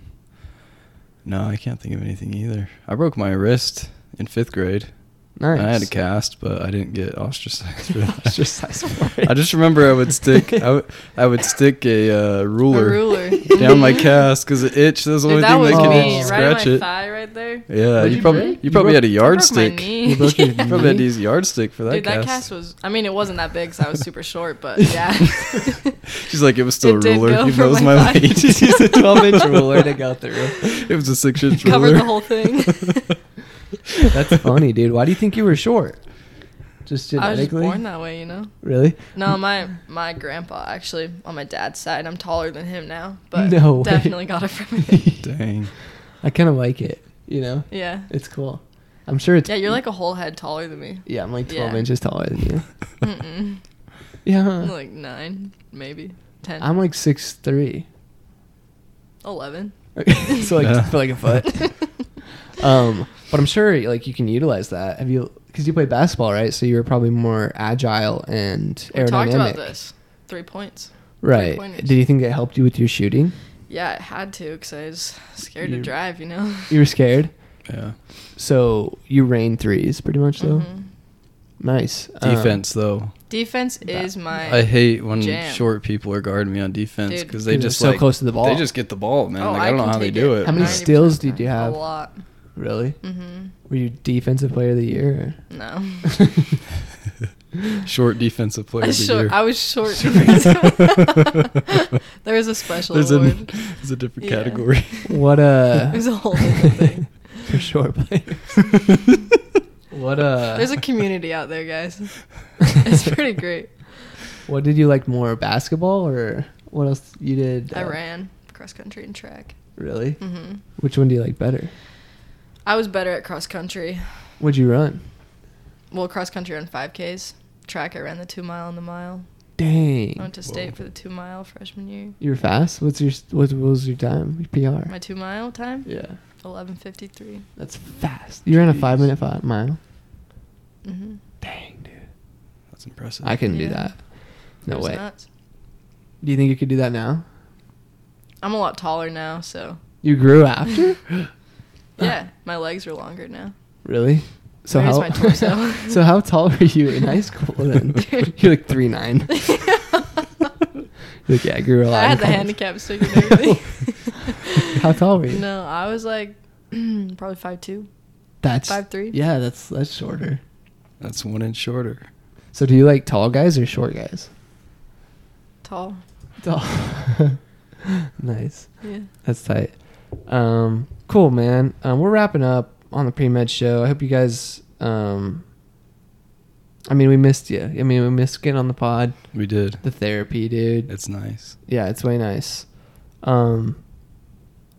No, I can't think of anything either. I broke my wrist in fifth grade.
Nice.
I had a cast, but I didn't get ostracized for that.
Ostracized for it.
I just remember I would stick. I would- I would stick a uh,
A
ruler,
ruler.
down my cast because it itched. That's the
Dude,
only
that
thing that
was me.
can
me,
itch,
right
scratch
on my
it.
thigh right there.
Yeah,
What'd
you,
you
probably
break?
you
You
probably
broke-
had a
I broke my
yardstick.
knee.
You broke your
Yeah.
You probably had to
knee?
use a yardstick for that
Dude,
cast.
that cast was. I mean, it wasn't that big because I was super short, but yeah.
She's like, it was still
It
a
did
ruler.
go
Even
for
though it was
my
my
thigh.
weight. She's a
12 inch ruler to go through.
It was a six inch ruler.
Covered the whole thing.
That's funny, dude. Why do you think you were short? Just
I was just
genetically?
born that way, you know.
Really?
No, my my grandpa actually on my dad's side. I'm taller than him now, but
No way.
definitely got it from him.
Dang.
I kind of like it. You know,
yeah,
it's cool. I'm sure it's.
yeah. You're like a whole head taller than me.
Yeah, I'm like 12
Yeah.
inches taller than you.
Mm-mm. I'm
Yeah.
like nine, maybe 10
I'm like six three.
eleven.
so like
Yeah.
for like a foot. um, but I'm sure like you can utilize that. Have you? Because you play basketball, right? So you were probably more agile and
We
aerodynamic.
talked about this. Three points.
right?
three-pointers.
Did you think that helped you with your shooting?
Yeah, it had to because I was scared
You-
to drive. You know.
You were scared,
Yeah.
so you rain threes pretty much though.
Mhm.
Nice Um,
Defense though,
Defense is my.
I hate when
Jam.
short people are guarding me on defense
Dude. Oh,
because they
'Cause they're
just
so
like,
close to the ball.
They just get the ball, man. like, I don't know how they do it.
How many
90%
steals
of the
did you
time.
have?
A lot.
really.
hmm
Were you defensive player of the year?
No.
short defensive player
I,
of the
short,
year.
I was short. there was a special
There's a,
award.
there's a different
Yeah.
category.
Or? What
It
uh
was a whole different thing.
for short players. what uh
There's a community out there, guys. It's pretty great.
what did you like more basketball or what else you did?
I
uh,
ran cross country and track.
Really?
hmm
Which one do you like better?
I was better at cross country.
What'd you run?
Well, cross country on 5Ks. Track, I ran the two mile and the mile. I
Dang.
went to state for the two mile freshman year.
You were fast? What's your what, what was your time? Your PR?
My two mile time,
yeah.
11:53.
That's fast. You ran a
Jeez.
five minute five mile?
Mm-hmm.
Dang, dude.
That's impressive.
I couldn't do
Yeah.
that. No way. Do you think you could do that now?
I'm a lot taller now, so
You grew after? Ah.
yeah, my legs are longer now.
really? So
Where's
how
my torso?
So how tall were you in high school then? You're like three nine. You're like, yeah, I grew a lot.
I
in
had
college."
the handicap stick and everything.
How tall were you?
no, I was like Probably five two.
That's
Five three?
Yeah, that's that's shorter.
That's one inch shorter.
So do you like tall guys or short guys?
Tall.
Tall. nice.
Yeah.
That's tight. Um, cool, man. Um, we're wrapping up on the pre med show. I hope you guys. Um, I mean, we missed you. I mean, we missed getting on the pod,
We did.
the therapy, dude.
It's nice.
Yeah, it's way nice. Um,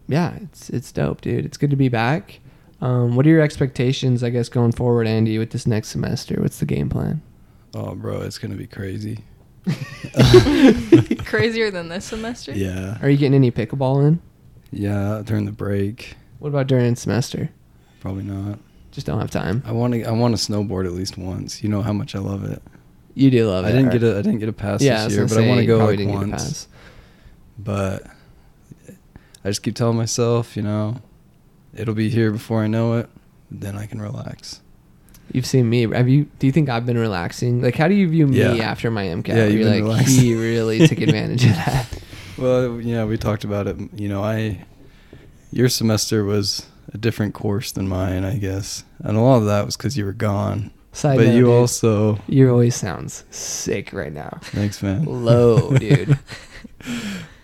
yeah, it's it's dope, dude. It's good to be back. Um, what are your expectations, I guess, going forward, Andy, with this next semester? What's the game plan?
Oh, bro, it's gonna be crazy.
Crazier than this semester.
Yeah,
Are you getting any pickleball in?
yeah. During the break,
What about during semester?
probably not.
Just don't have time.
I want to. I want to snowboard at least once. You know how much I love it.
You do love it.
I didn't
right?
get a. I didn't get a pass
yeah, I
this
was
year,
gonna
but I
say,
want to
you
go
probably
like
didn't get a
once.
pass.
But I just keep telling myself, you know, it'll be here before I know it. Then I can relax.
You've seen me. Have you? Do you think I've been relaxing? Like, how do you view me
Yeah.
after my MCAT?
Yeah, you've
You're like,
been relaxed.
he really took advantage of that.
Well, yeah, we talked about it. You know, I your semester was a different course than mine, I guess, and a lot of that was because you were gone.
Side
but
note,
you
dude,
also,
your voice sounds sick right now.
thanks, man.
Low, dude.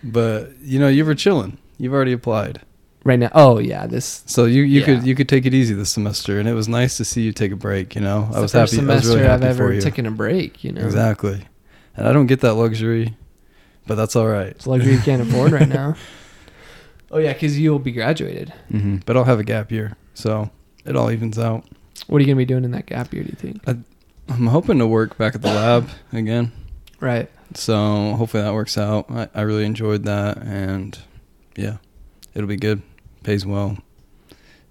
But you know, you were chilling. You've already applied,
Right now. Oh yeah, this.
so you you
Yeah.
could you could take it easy this semester, and it was nice to see you take a break. You know,
it's
I
the
was
first
happy. I was
Semester
really happy
have
for
ever
you.
taken a break. You know,
Exactly, and I don't get that luxury, but that's all right.
It's a luxury you can't afford right now. Oh yeah, because you'll be graduated.
hmm But I'll have a gap year, so it all evens out.
What are you gonna be doing in that gap year? Do you think?
I'm hoping to work back at the lab again.
Right.
So hopefully that works out. I, I really enjoyed that, and yeah, it'll be good. Pays well.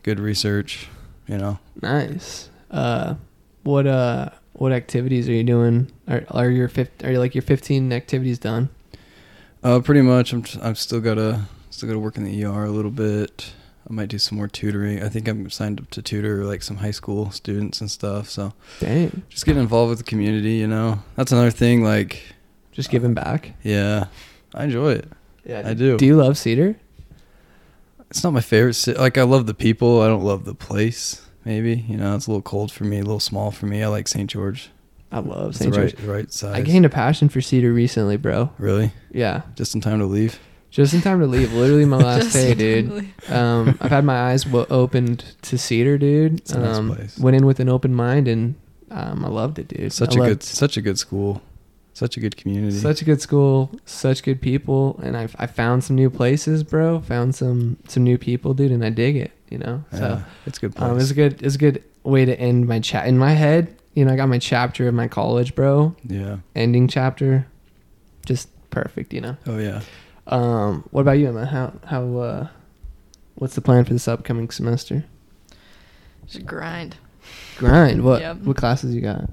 Good research, you know.
Nice. Uh, what uh, what activities are you doing? Are are your fif- are you like your fifteen activities done?
Uh, pretty much. I'm i I've still gotta still gotta work in the ER a little bit. I might do some more tutoring. I think I'm signed up to tutor like some high school students and stuff. So
Dang.
just getting involved with the community, you know. That's another thing. Like,
Just giving back.
yeah, I enjoy it.
Yeah,
I do.
Do you love Cedar?
it's not my favorite city. Like I love the people. I don't love the place. Maybe you know it's a little cold for me, a little small for me. I like St. George.
I love
It's
St.
the
George.
right, the right size.
I gained a passion for Cedar recently, bro.
really
Yeah,
just in time to leave.
just in time to leave. Literally my last
Just
day, dude.
totally.
Um, I've had my eyes w- opened to Cedar, dude.
It's a nice
Um,
place.
Went in with an open mind, and um, I loved it, dude.
Such
a
a good, such a good school, such a good community.
such a good school, such good people, and I I found some new places, bro. Found some some new people, dude, and I dig it. You know, so.
yeah, it's a good place.
Um, it's a good it's a good way to end my chat in my head. You know, I got my chapter of my college, bro.
yeah.
Ending chapter, just perfect. You know.
Oh yeah.
Um, what about you, Emma? How how uh, what's the plan for this upcoming semester?
Just grind.
Grind. What
Yep.
what classes you got?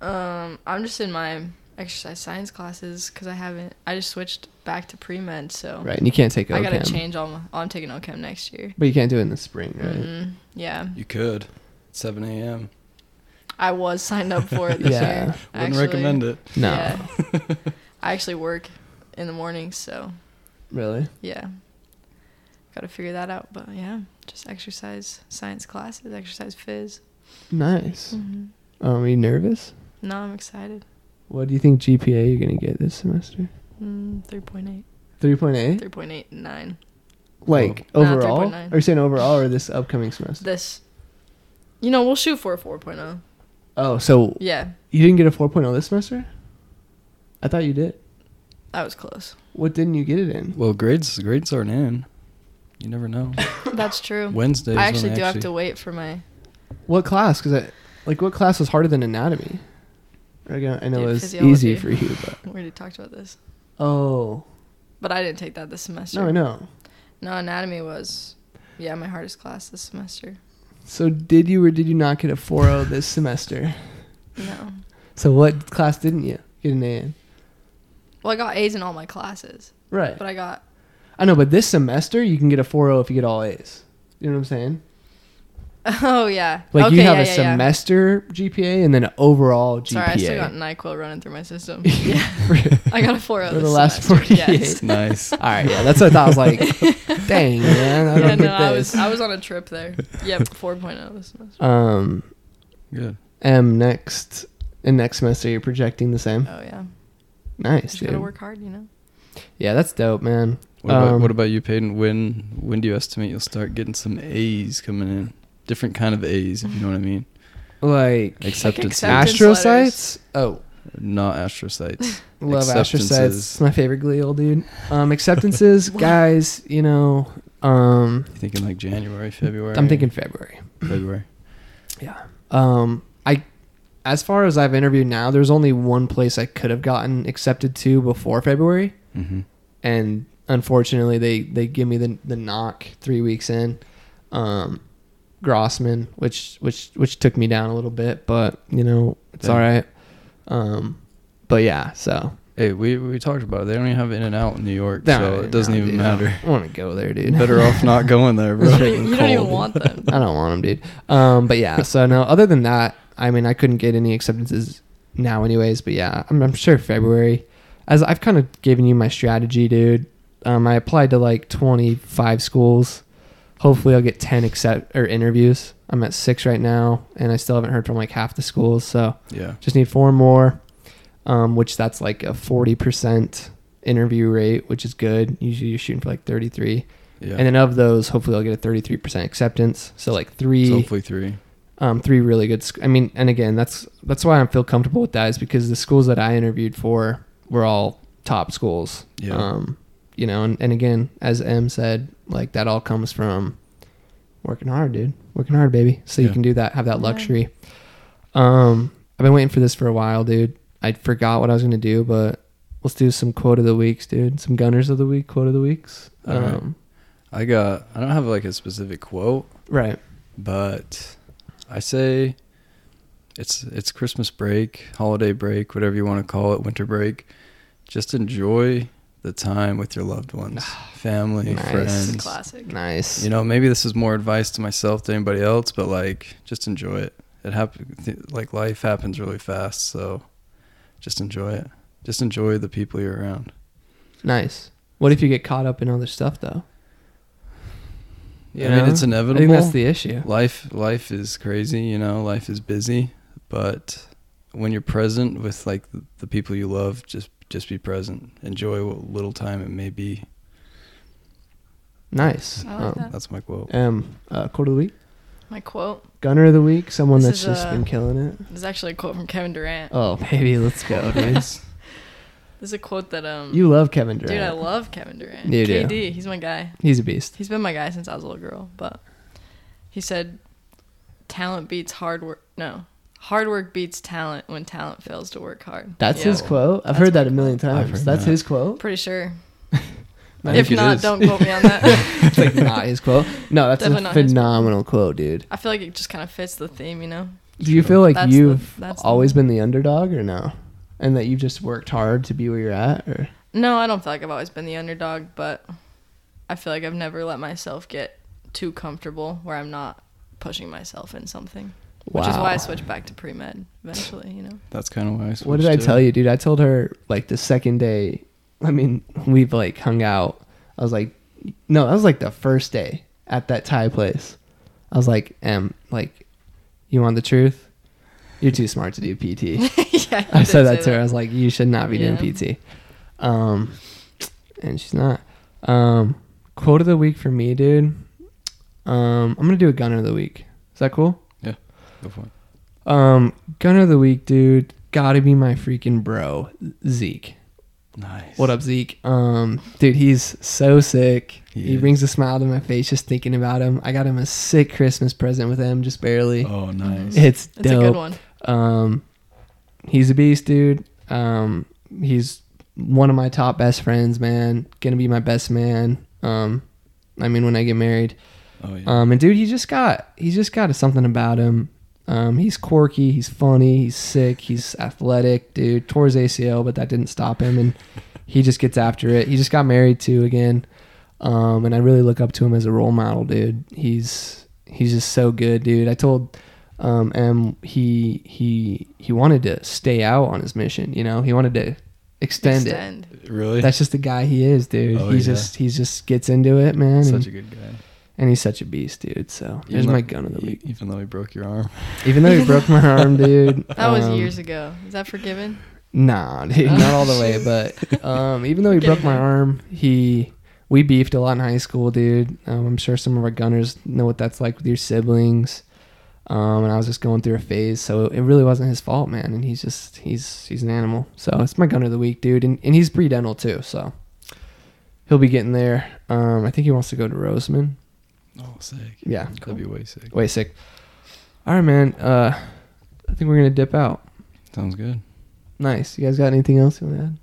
Um, I'm just in my exercise science classes because I haven't. I just switched back to pre med, so
Right, and you can't take
Oh. I gotta
OChem,
change all. My, oh, I'm taking OChem next year.
but you can't do it in the spring, right?
Mm-mm. Yeah,
You could. 7 a.m.
I was signed up for it this
Yeah.
year.
Wouldn't
Wouldn't recommend it.
No,
Yeah. I actually work in the morning, so
really.
yeah. Gotta figure that out, but yeah, just exercise science classes, exercise phys.
Nice.
Mhm.
Um, are you nervous?
No, I'm excited.
What do you think GPA you're gonna get this semester?
Mm, 3.8,
Three point eight.
3.89.
Like
Nah,
overall?
3.9.
Are you saying overall or this upcoming semester?
This, you know, we'll shoot for a 4.0.
Oh, so
Yeah,
You didn't get a 4.0 this semester? I thought you did.
that was close.
What didn't you get it in?
Well, grades grades aren't in. You never know.
That's true.
Wednesdays.
I actually
when I
do have
actually-
to wait for my
What class? Because like, what class was harder than anatomy? I know, I know
Yeah,
it was
physiology.
easy for you, but
we already talked about this,
oh
but I didn't take that this semester.
no, I know.
No, anatomy was, yeah, my hardest class this semester.
So did you or did you not get a 4.0 this semester?
No,
So what class didn't you get an A in?
well, I got A's in all my classes,
Right.
but I got
oh I know, but this semester you can get a 4.0 if you get all A's. You know what I'm saying?
Oh yeah.
Like you
Okay,
have
yeah,
a
yeah, yeah.
semester GPA and then an overall GPA.
Sorry, I still got Nyquil running through my system. yeah, I got a four out
For
of
the last 48.
Yes.
nice.
All right, yeah, that's what I thought. I was like, dang, man, I don't
yeah,
get
no, I
this.
was I was on a trip there. Yep, 4.0 this semester.
um,
Good.
M next and next semester you're projecting the same.
Oh yeah,
Nice,
just
dude.
gotta work hard, you know.
Yeah, that's dope, man.
What, about,
Um,
what about you, Peyton? When when do you estimate you'll start getting some A's coming in? Different kind of A's, if you know what I mean.
Like
Acceptance,
accept- Acceptance
astrocytes.
letters.
Oh,
not astrocytes.
love astrocytes.
Acceptances.
It's my favorite Gleal, dude. Um, acceptances, guys. You know, um,
You thinking like January, February?
I'm thinking February.
February.
Yeah. Um, I, as far as I've interviewed now, there's only one place I could have gotten accepted to before February,
Mm-hmm.
and unfortunately, they they give me the the knock three weeks in, um, Grossman, which which which took me down a little bit, but you know it's
Yeah.
all right. Um, but yeah, so
Hey, we we talked about it. They don't even have In and Out in New York, so it doesn't even matter.
I want to go there, dude.
Better off not going there, bro.
You don't- you don't even want them.
I don't want them, dude. Um, but yeah, so no. Other than that, I mean, I couldn't get any acceptances now, anyways. But yeah, I'm, I'm sure February. As I've kind of given you my strategy, dude. Um, I applied to like 25 schools. Hopefully, I'll get 10 accept or interviews. I'm at six right now, and I still haven't heard from like half the schools. So
Yeah.
just need four more, um, which that's like a 40% interview rate, which is good. Usually, you're shooting for like 33.
Yeah.
And then of those, hopefully I'll get a 33% acceptance. So like three,
so hopefully three.
um, three really good. Sc- I mean, and again, that's that's why I feel comfortable with that is because the schools that I interviewed for were all top schools.
Yeah.
Um, you know, and, and again, as M said, like that all comes from working hard, dude. Working hard, baby. So you
Yeah.
can do that, have that
Yeah.
luxury. Um, I've been waiting for this for a while, dude. I forgot what I was gonna do, but let's do some quote of the weeks, dude. Some gunners of the week, quote of the weeks.
All right.
um,
I got. I don't have like a specific quote,
right.
but I say it's it's Christmas break, holiday break, whatever you want to call it, winter break. Just enjoy the time with your loved ones, family,
Ah, Nice.
It's a
friends.
classic.
Nice.
You know, maybe this is more advice to myself than anybody else, but like, just enjoy it. It happens. Like life happens really fast, so just enjoy it. Just enjoy the people you're around.
Nice. What if you get caught up in other stuff though?
Yeah, I mean, it's
I
inevitable.
think that's the issue.
life life is crazy you know life is busy but when you're present with like the, the people you love just just be present enjoy what little time it may be
Nice.
I like that.
that's my quote
Um, uh, quote of the week,
My quote
gunner of the week, someone
This
that's
is,
just
uh,
been killing it.
this is actually a quote from Kevin Durant.
Oh baby, let's go, dude.
This is a quote that um
you love Kevin Durant.
dude, I love Kevin Durant.
You do.
KD, he's my guy.
He's a beast.
He's been my guy since I was a little girl, but he said talent beats hard work. No. Hard work beats talent when talent fails to work hard.
That's
Yeah.
his quote. I've
That's
heard that a
my
million
quote.
I've
times.
heard
That's
that.
his quote.
Pretty sure.
I
if
think it
not,
is.
don't quote me on that.
It's like not his quote. No, that's a
Definitely not his quote.
phenomenal quote, dude.
I feel like it just kind of fits the theme, you know?
Do you feel like
That's the-
you've
that's the-
always been the underdog or no? And that you just worked hard to be where you're at or
No, I don't feel like I've always been the underdog, but I feel like I've never let myself get too comfortable where I'm not pushing myself in something. Which is why I
Wow.
switched back to pre med eventually, you know?
that's kind of why i
What did I tell you, dude? I told her like the second day. I mean, we've like hung out. I was like, no, that was like the first day at that Thai place. I was like, Em, like, you want the truth? You're too smart to do PT.
yeah,
I said that to her. I was like, you should not be doing
Yeah.
PT. Um, and she's not. Um, quote of the week for me, dude. Um, I'm gonna do a gunner of the week. Is that cool?
go for it.
Um, gunner of the week, dude. Gotta be my freaking bro, Zeke.
nice
What up, Zeke? Um, dude, he's so sick.
He
He,
is.
brings a smile to my face just thinking about him. I got him a sick Christmas present with him, just barely.
oh nice
It's dope.
It's a good one.
Um, he's a beast, dude. Um, he's one of my top best friends, man. Gonna be my best man. Um, I mean, when I get married.
oh yeah
Um, and dude, he just got he's just got something about him. Um, he's quirky, he's funny, he's sick, he's athletic, dude. Tore his ACL, but that didn't stop him, and he just gets after it. He just got married too again, um, and I really look up to him as a role model, dude. He's he's just so good, dude. I told um, M he he he wanted to stay out on his mission. You know, he wanted to extend, it.
Really?
That's just the guy he is, dude.
Oh,
he
yeah.
just he just gets into it, man.
such
and,
a good guy.
and he's such a beast, dude. So
Even
there's
though-
my gun of the
e-
week.
Even though he broke your arm.
Even though he broke my arm, dude.
That was
um,
years ago. Is that forgiven?
Nah, dude,
Oh,
not all the way, but um, even though he broke my arm, he we beefed a lot in high school, dude. Um, I'm sure some of our gunners know what that's like with your siblings. Um, and I was just going through a phase, so it really wasn't his fault, man. And he's just he's he's an animal. So it's my gunner of the week, dude, and and he's pre-dental too, so he'll be getting there. Um, I think he wants to go to Roseman.
Oh, sick.
Yeah,
That'd be way sick.
Wait, sick. All right, man. Uh, I think we're gonna dip out.
Sounds good.
Nice. You guys got anything else you want to add?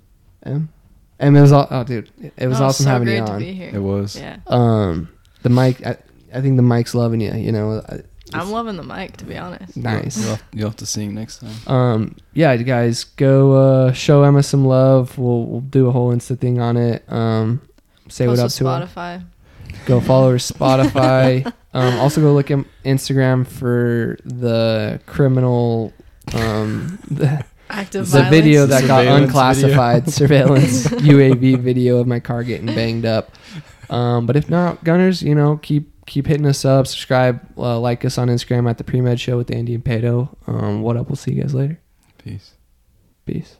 M. M. It was all. Oh, dude, it- it was
Oh,
awesome
so
having
great
you
To
on.
be here.
It was.
Yeah,
Um, the mic. I, I think the mic's loving you. You know. I-
I'm loving the mic to be honest.
You'll,
Nice.
have, you'll have to sing next time.
Um, yeah, you guys, go uh, show Emma some love. We'll we'll do a whole Insta thing on it. Um, say
Plus
what up
with
to her.
Spotify.
Go follow her Spotify. um, also go look at Instagram for the criminal. Um, the,
Active
the
violence.
video that got
Surveillance
unclassified surveillance UAV video of my car getting banged up. Um, but if not, gunners, you know, keep keep hitting us up, subscribe, uh, like us on Instagram at the pre med show with Andy and Pato. Um, what up? We'll see you guys later.
Peace.
Peace.